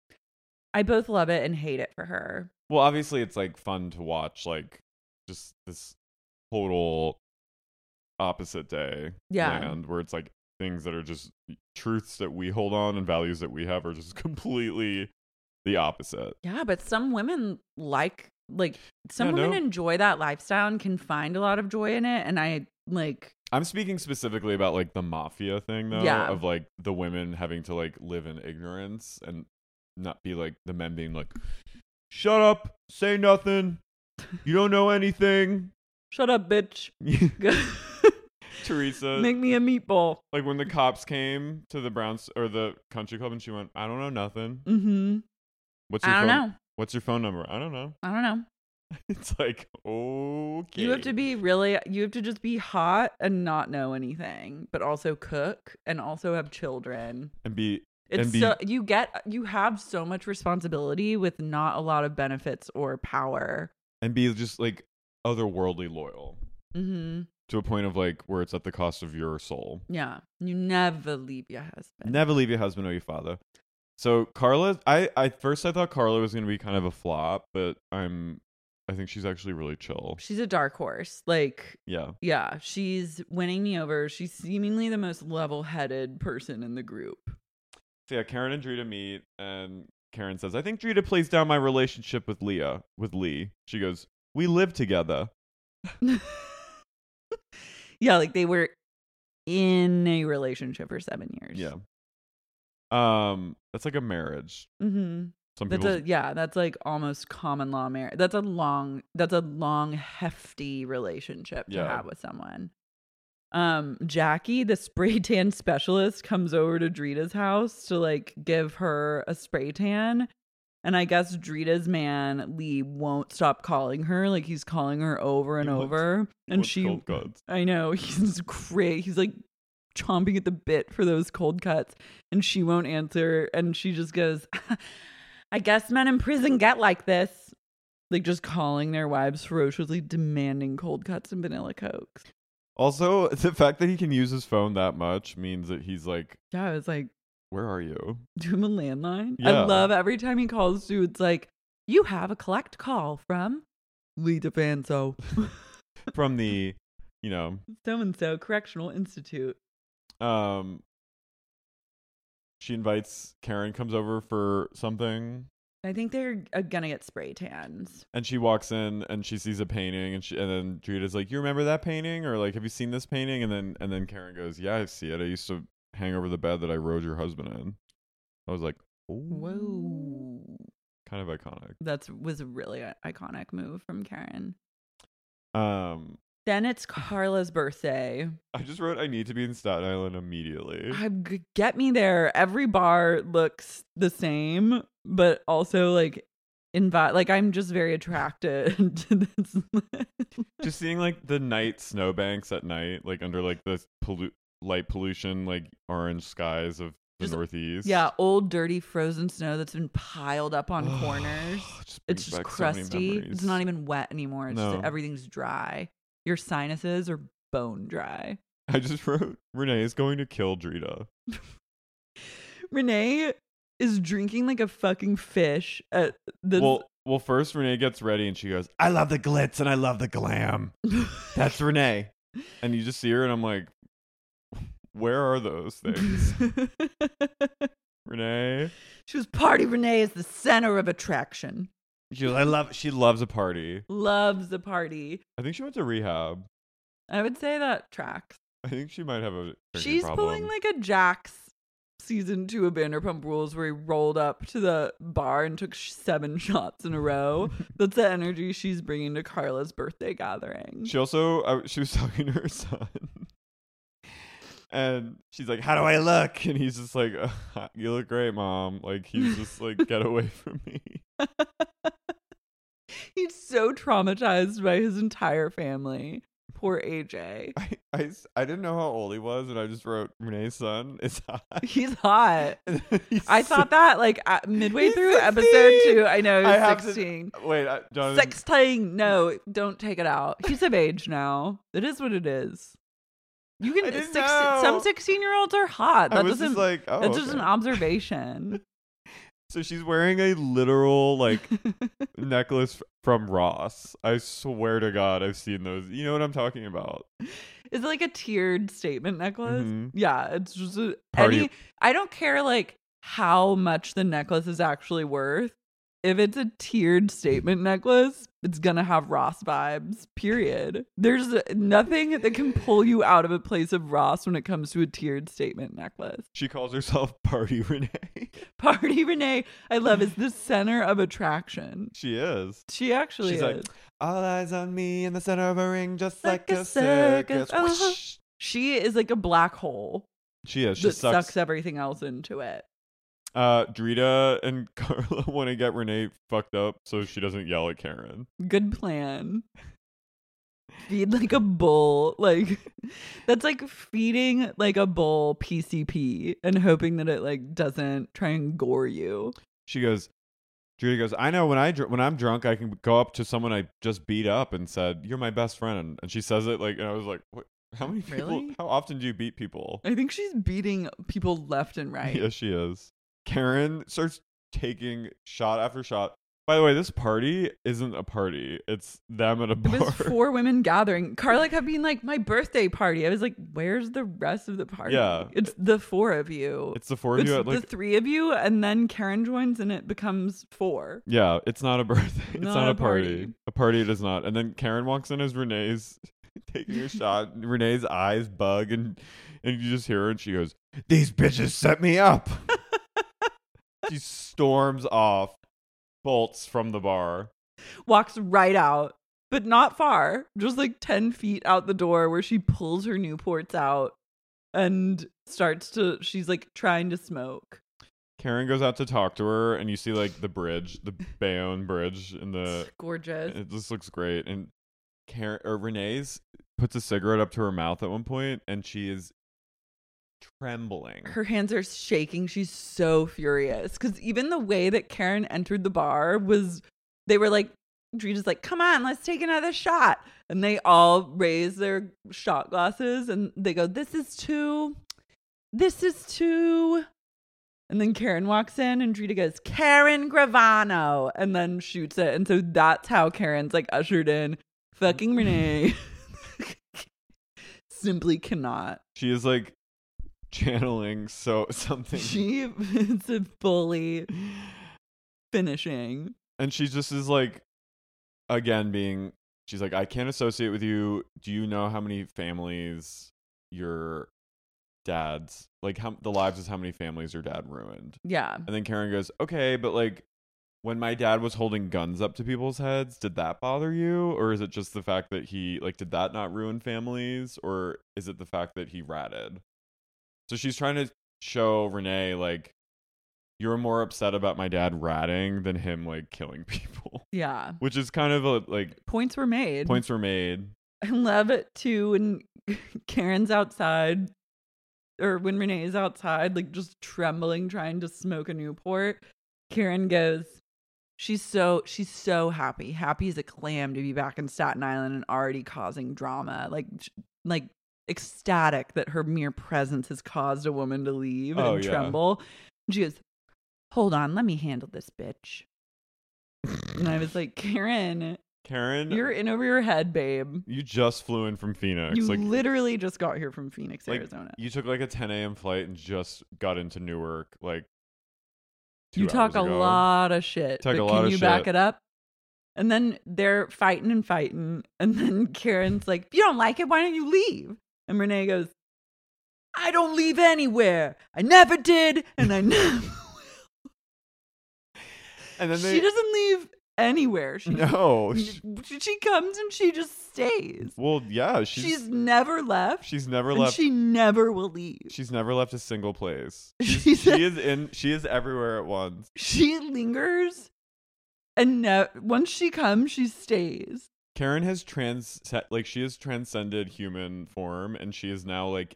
I both love it and hate it for her. well obviously it's like fun to watch like just this total opposite day Yeah. land where it's like things that are just truths that we hold on and values that we have are just completely the opposite Yeah, but some women like like some Yeah, women no. enjoy that lifestyle and can find a lot of joy in it and I like I'm speaking specifically about like the mafia thing though, Yeah. of like the women having to like live in ignorance and not be like the men being like, shut up, say nothing, you don't know anything. Shut up, bitch. Uh, Teresa, Make me a meatball. like when the cops came to the Browns or the country club and she went, I don't know nothing. Mm-hmm. What's your I don't phone? know. What's your phone number? I don't know. I don't know. It's like okay. You have to be really, you have to just be hot and not know anything, but also cook and also have children. and be It's and be so, you get, you have so much responsibility with not a lot of benefits or power. and be just like otherworldly loyal Mm-hmm. to a point of like where it's at the cost of your soul. Yeah. You never leave your husband. Never leave your husband or your father. So Carla, I I first I thought Carla was gonna be kind of a flop, but I'm I think she's actually really chill. She's a dark horse. Like, Yeah, yeah, she's winning me over. She's seemingly the most level headed person in the group. So yeah, Karen and Drita meet, and Karen says, "I think Drita plays down my relationship with Leah, with Lee." She goes, "We live together." Yeah. Like they were in a relationship for seven years. Yeah. Um, that's like a marriage. Mm-hmm. Some That's people, a, yeah, that's like almost common law marriage. That's a long, that's a long, hefty relationship to Yeah. have with someone. Um, Jackie, the spray tan specialist, comes over to Drita's house to like give her a spray tan. And I guess Drita's man, Lee, won't stop calling her. Like he's calling her over and He wants- over. And wants she, cold cuts. I know, he's great. He's like chomping at the bit for those cold cuts and she won't answer and she just goes i guess men in prison get like this like just calling their wives ferociously demanding cold cuts and vanilla cokes Also, the fact that he can use his phone that much means that he's like, yeah i was like "Where are you?" do him a landline Yeah. i love every time he calls you it's like you have a collect call from lee defanso From the, you know, so and so correctional institute um, she invites Karen comes over for something. i think they're uh, gonna get spray tans And she walks in and she sees a painting and she and then Drita's like, "You remember that painting?" Or like, "Have you seen this painting?" And then and then Karen goes, "Yeah, I see it. I used to hang over the bed that I rode your husband in." I was like, "Oh." whoa kind of iconic. that was a really i- iconic move from karen Um, Then it's Carla's birthday. I just wrote, "I need to be in Staten Island immediately." I, get me there. Every bar looks the same, but also like invite. Like I'm just very attracted to this. just seeing like the night snowbanks at night, like under like the pollu- light pollution, like orange skies of the Just- Northeast. yeah, old dirty frozen snow that's been piled up on corners. brings It's just back so many crusty. it's memories. not even wet anymore. It's No. just everything's dry. Your sinuses are bone dry. I just wrote, "Renee is going to kill Drita." Renee is drinking like a fucking fish at the Well, well, first Renee gets ready and she goes, "I love the glitz and I love the glam." That's Renee, and you just see her, and I'm like, "Where are those things, Renee?" She was party Renee is the center of attraction. She goes, "I love." She loves a party. Loves the party. I think she went to rehab. I would say that tracks. I think she might have a. drinking She's problem. pulling like a Jax season two of Vanderpump Rules where he rolled up to the bar and took sh- seven shots in a row. That's the energy she's bringing to Carla's birthday gathering. She also uh, she was talking to her son, and she's like, "How do I look?" And he's just like, uh, "You look great, mom." Like he's just like, "Get away from me." He's so traumatized by his entire family. Poor AJ. I, I s- I didn't know how old he was, and I just wrote Renee's son is hot. He's hot. He's I so- thought that like at midway He's through episode 16. two. I know he was I have to- 16. Wait, I, Jonathan, Sexting. No, don't take it out. He's of age now. It is what it is. You I can didn't six, know. some sixteen year olds are hot. I That was doesn't just like, oh, that's just okay. an observation. so she's wearing a literal like necklace f- from Ross. I swear to God, I've seen those. You know what I'm talking about? is it like a tiered statement necklace? Mhm. Yeah, it's just a, Party- any I don't care like how much the necklace is actually worth. if it's a tiered statement necklace, it's gonna have Ross vibes. Period. There's nothing that can pull you out of a place of Ross when it comes to a tiered statement necklace. She calls herself Party Renee. Party Renee, I love, is the center of attraction. she is. She actually She's is. like, all eyes on me in the center of a ring, just Like like, a a circus. circus, uh-huh. she is like a black hole She is. She that sucks. sucks. everything else into it. Uh, Drita and Carla want to get Renee fucked up so she doesn't yell at Karen. Good plan. Feed like a bull. Like that's like feeding like a bull PCP and hoping that it like doesn't try and gore you. She goes. Drita goes. I know when I dr- when I'm drunk, I can go up to someone I just beat up and said, "You're my best friend." And she says it like, and I was like, what? "How many people? Really? How often do you beat people?" I think she's beating people left and right. Yes, she is. Karen starts taking shot after shot. By the way, this party isn't a party. It's them at a It bar. was four women gathering. Carla kept being like, "My birthday party." I was like, "Where's the rest of the party?" Yeah. it's the four of you. it's the four of It's you at the like three of you, and then Karen joins, and it becomes four. Yeah, it's not a birthday. It's Not not, a a party. party. A party it is not. And then Karen walks in as Renee's taking a shot. and Renee's eyes bug and and you just hear her and she goes, These bitches set me up. she storms off, bolts from the bar. Walks right out, but not far, just like 10 feet out the door where she pulls her Newports out and starts to, she's like trying to smoke. Karen goes out to talk to her and you see like the bridge, the Bayonne bridge in the It's gorgeous. it just looks great. And Karen or Renee's puts a cigarette up to her mouth at one point and she is trembling. her hands are shaking. She's so furious because even the way that Karen entered the bar was they were like, Drita's like, come on, let's take another shot. And they all raise their shot glasses and they go, this is two. This is two. And then Karen walks in and Drita goes, Karen Gravano, and then shoots it. And so that's how Karen's like ushered in. Fucking Renee simply cannot She is like channeling so something. She is a bully finishing. and she just is like again being she's like, I can't associate with you. Do you know how many families your dad's like how the lives is how many families your dad ruined? Yeah. And then Karen goes, Okay, but like when my dad was holding guns up to people's heads, did that bother you? Or is it just the fact that he, like, did that not ruin families? Or is it the fact that he ratted? So she's trying to show Renee, like, you're more upset about my dad ratting than him, like, killing people, Yeah. which is kind of a, like, Points were made. points were made. I love it too when Karen's outside or when Renee's outside, like just trembling, trying to smoke a Newport. Karen goes, She's so she's so happy. Happy as a clam to be back in Staten Island and already causing drama. Like sh- like ecstatic that her mere presence has caused a woman to leave Oh, and yeah. tremble. And she goes, Hold on, let me handle this bitch. and I was like, Karen, Karen, you're in over your head, babe. you just flew in from Phoenix. You like, literally just got here from Phoenix, like, Arizona. You took like a 10 a.m. flight and just got into Newark. Like, two You talk a hours ago. lot of shit. Talk but a lot can of you back shit. it up? And then they're fighting and fighting. And then Karen's like, You don't like it? Why don't you leave? And Renee goes, I don't leave anywhere. I never did. And I never. And then they, she doesn't leave anywhere. She, no. she- she, she comes and she just stays. well, yeah, she's She's, she's, never left. never and left. she never will leave. she's never left a single place. She's, She's- she is in. She is everywhere at once. she lingers and ne- once she comes she stays Karen has trans like she has transcended human form, and she is now like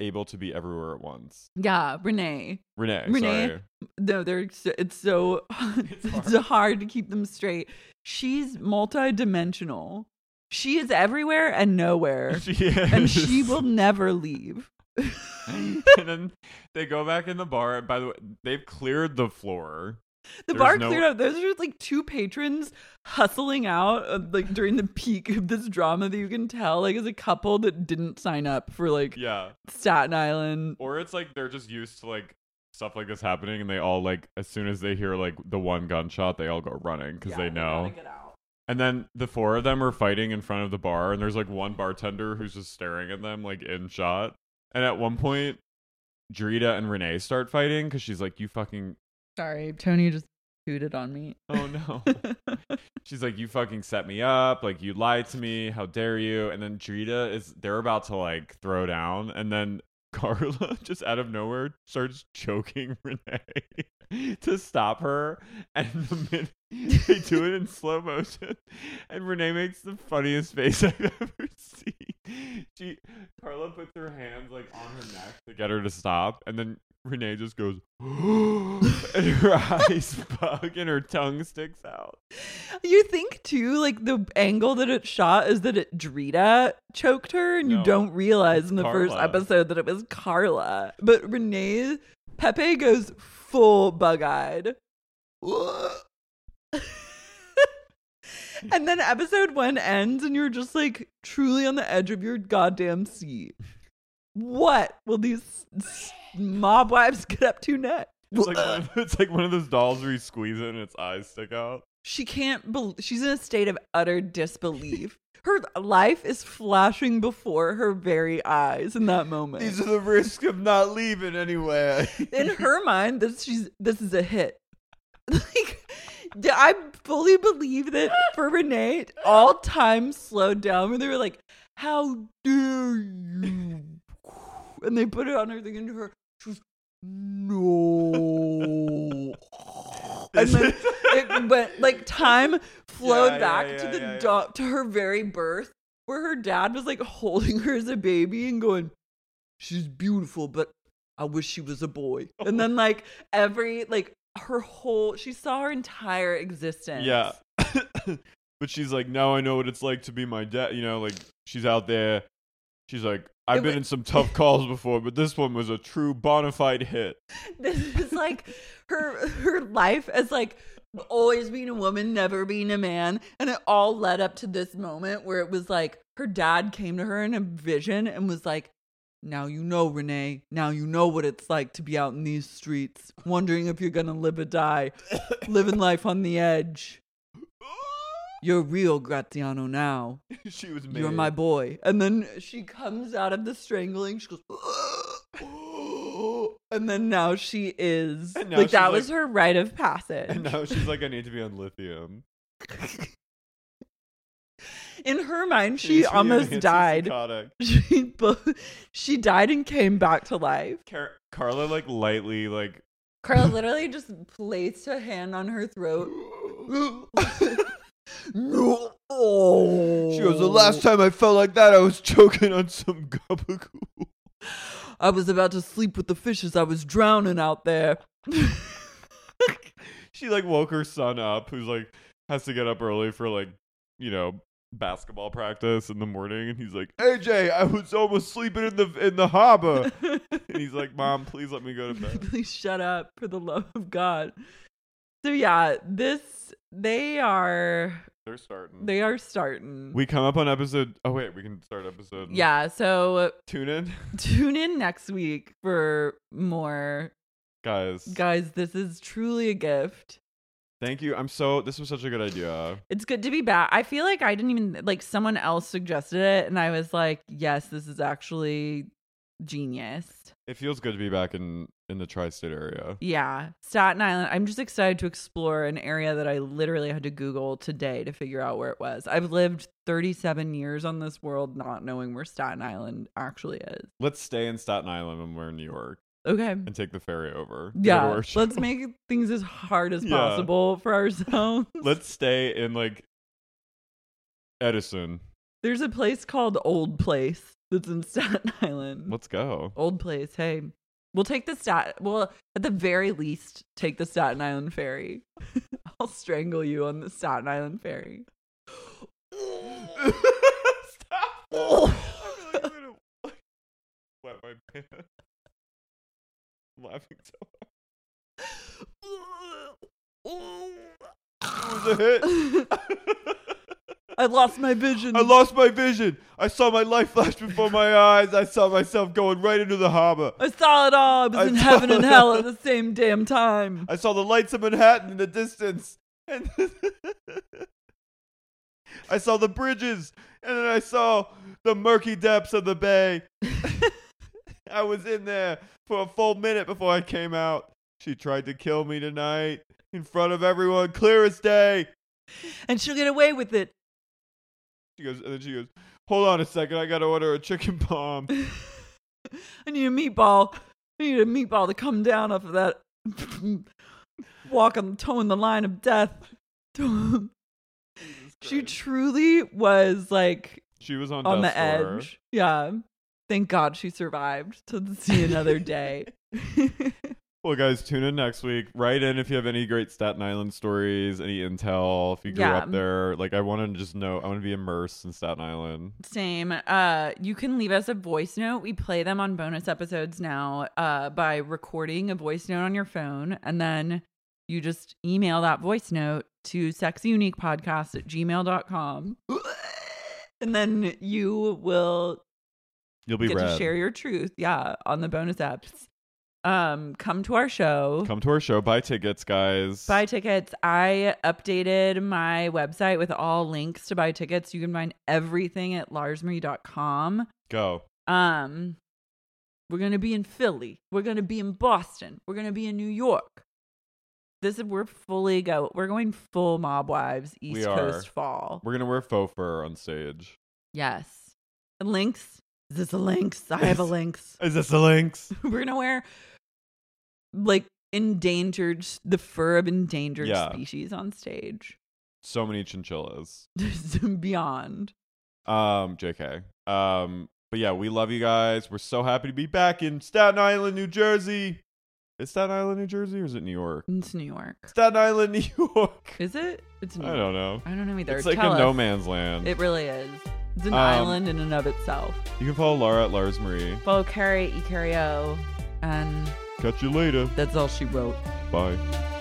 able to be everywhere at once. yeah renee Renee, Renee, sorry. no they're so- it's so it's, hard. to keep them straight she's multidimensional she is everywhere and nowhere She is. and she will never leave and then they go back in the bar. By the way, they've cleared the floor. the There's bar no- cleared out those are just like two patrons hustling out uh, like during the peak of this drama that you can tell like as a couple that didn't sign up for like Yeah. staten island Or it's like they're just used to like stuff like this happening, and they all like as soon as they hear like the one gunshot, they all go running because they know. And then the four of them are fighting in front of the bar, and there's like one bartender who's just staring at them like in shot. And at one point, Drita and Renee start fighting because she's like, "You fucking Sorry, Tony just hooted on me. oh no." She's like, "You fucking set me up. Like you lied to me. How dare you?" And then Drita is they're about to like throw down, and then Carla just out of nowhere starts choking Renee to stop her. And the minute they do it in slow motion, and Renee makes the funniest face I've ever seen. She Carla puts her hands like on her neck to get her to stop, and then Renee just goes, and her eyes bug and her tongue sticks out. You think too, like the angle that it shot is that it Drita choked her, and No, you don't realize in the first Carla. episode that it was Carla. But Renee Pepe goes full bug eyed. and then episode one ends, and you're just like truly on the edge of your goddamn seat. What will these s- mob wives get up to next? It's like, one of, it's like one of those dolls where you squeeze it and its eyes stick out. She can't believe she's in a state of utter disbelief. Her life is flashing before her very eyes in that moment. are the risks of not leaving anyway. in her mind, this she's this is a hit. Like yeah, I fully believe that for Renee, all time slowed down where they were like, How dare you? And they put it on her thing into her she was no and then it went like time flowed Yeah, yeah, back yeah, to the yeah, yeah. do- to her very birth where her dad was like holding her as a baby and going she's beautiful but i wish she was a boy and then like every like her whole she saw her entire existence Yeah. but she's like, now I know what it's like to be my dad. You know, like she's out there. She's like, I've It been wa- in some tough calls before, but this one was a true bona fide hit. this is like her her life as like always being a woman never being a man and it all led up to this moment where it was like her dad came to her in a vision and was like now you know renee now you know what it's like to be out in these streets wondering if you're gonna live or die living life on the edge you're real graziano now she was made. you're my boy. And then she comes out of the strangling. She goes, and then now she is And now like that she's was like- her rite of passage. and now she's like, I need to be on lithium. In her mind, Needs she to be an almost died. antipsychotic. She bo- she died and came back to life. Car- Carla like lightly like Carl literally just placed a hand on her throat. no. She goes, Oh. The last time I felt like that, I was choking on some gabagool. I was about to sleep with the fishes. I was drowning out there. She like woke her son up, who's like has to get up early for like you know basketball practice in the morning, and he's like, AJ, I was almost sleeping in the in the harbor, and he's like, Mom, please let me go to bed. Please shut up for the love of God. So yeah, this they are They're starting. they are starting. we come up on episode. Oh wait, we can start episode. yeah, so tune in, tune in next week for more. guys. Guys, this is truly a gift. Thank you. I'm so. This was such a good idea. It's good to be back. I feel like I didn't even like someone else suggested it and I was like, "Yes, this is actually genius." It feels good to be back in in the tri-state area. Yeah, Staten Island. I'm just excited to explore an area that I literally had to Google today to figure out where it was. I've lived 37 years on this world not knowing where Staten Island actually is. Let's stay in Staten Island when we're in New York. Okay. and take the ferry over. Go to Yeah. our show. Let's make things as hard as Yeah. possible for ourselves. let's stay in like Edison. There's a place called Old Place that's in Staten Island. Let's go. Old Place. Hey, we'll take the stat. Well, at the very least, take the Staten Island ferry. I'll strangle you on the Staten Island ferry. Stop. I feel like I'm gonna like, wet my pants. I'm laughing so hard. It was a hit. I lost my vision. I lost my vision. I saw my life flash before my eyes. I saw myself going right into the harbor. I saw it all. I was I in saw heaven and it hell all. at the same damn time. I saw the lights of Manhattan in the distance. And I saw the bridges. And then I saw the murky depths of the bay. I was in there for a full minute before I came out. She tried to kill me tonight in front of everyone, clear as day. And she'll get away with it. She goes, and then she goes, Hold on a second, I gotta order a chicken palm. I need a meatball. I need a meatball to come down off of that walk on toeing the line of death. she truly was like She was on, on the death's door. edge. Yeah. Thank God she survived to see another day. Well, guys, tune in next week. Write in if you have any great Staten Island stories, any intel, if you grew Yeah. up there. Like, I want to just know, I want to be immersed in Staten Island. Same. Uh, you can leave us a voice note. We play them on bonus episodes now uh, by recording a voice note on your phone. And then you just email that voice note to sexyuniquepodcast at gmail.com. and then you will You'll be get read. to share your truth. Yeah. On the bonus apps. Um, come to our show. Come to our show. Buy tickets, guys. Buy tickets. I updated my website with all links to buy tickets. You can find everything at larsmarie.com. Go. Um, we're gonna be in Philly. We're gonna be in Boston. We're gonna be in New York. This is we're fully go. We're going full mob wives East are. Coast fall. We're going to wear faux fur on stage. yes. Links. Is this a links? I have a links. Is this the links? we're gonna wear like endangered the fur of endangered Yeah. species on stage. So many chinchillas. Beyond. Um, JK. Um, but yeah, we love you guys. We're so happy to be back in Staten Island, New Jersey. Is Staten Island, New Jersey, or is it New York? It's New York. Staten Island, New York. Is it? It's New I York. don't know. I don't know either. It's like Tell a no us. man's land. It really is. It's an Um, island in and of itself. You can follow Laura at Lars Marie. Bo Carey, Icario, and Catch you later. that's all she wrote. Bye.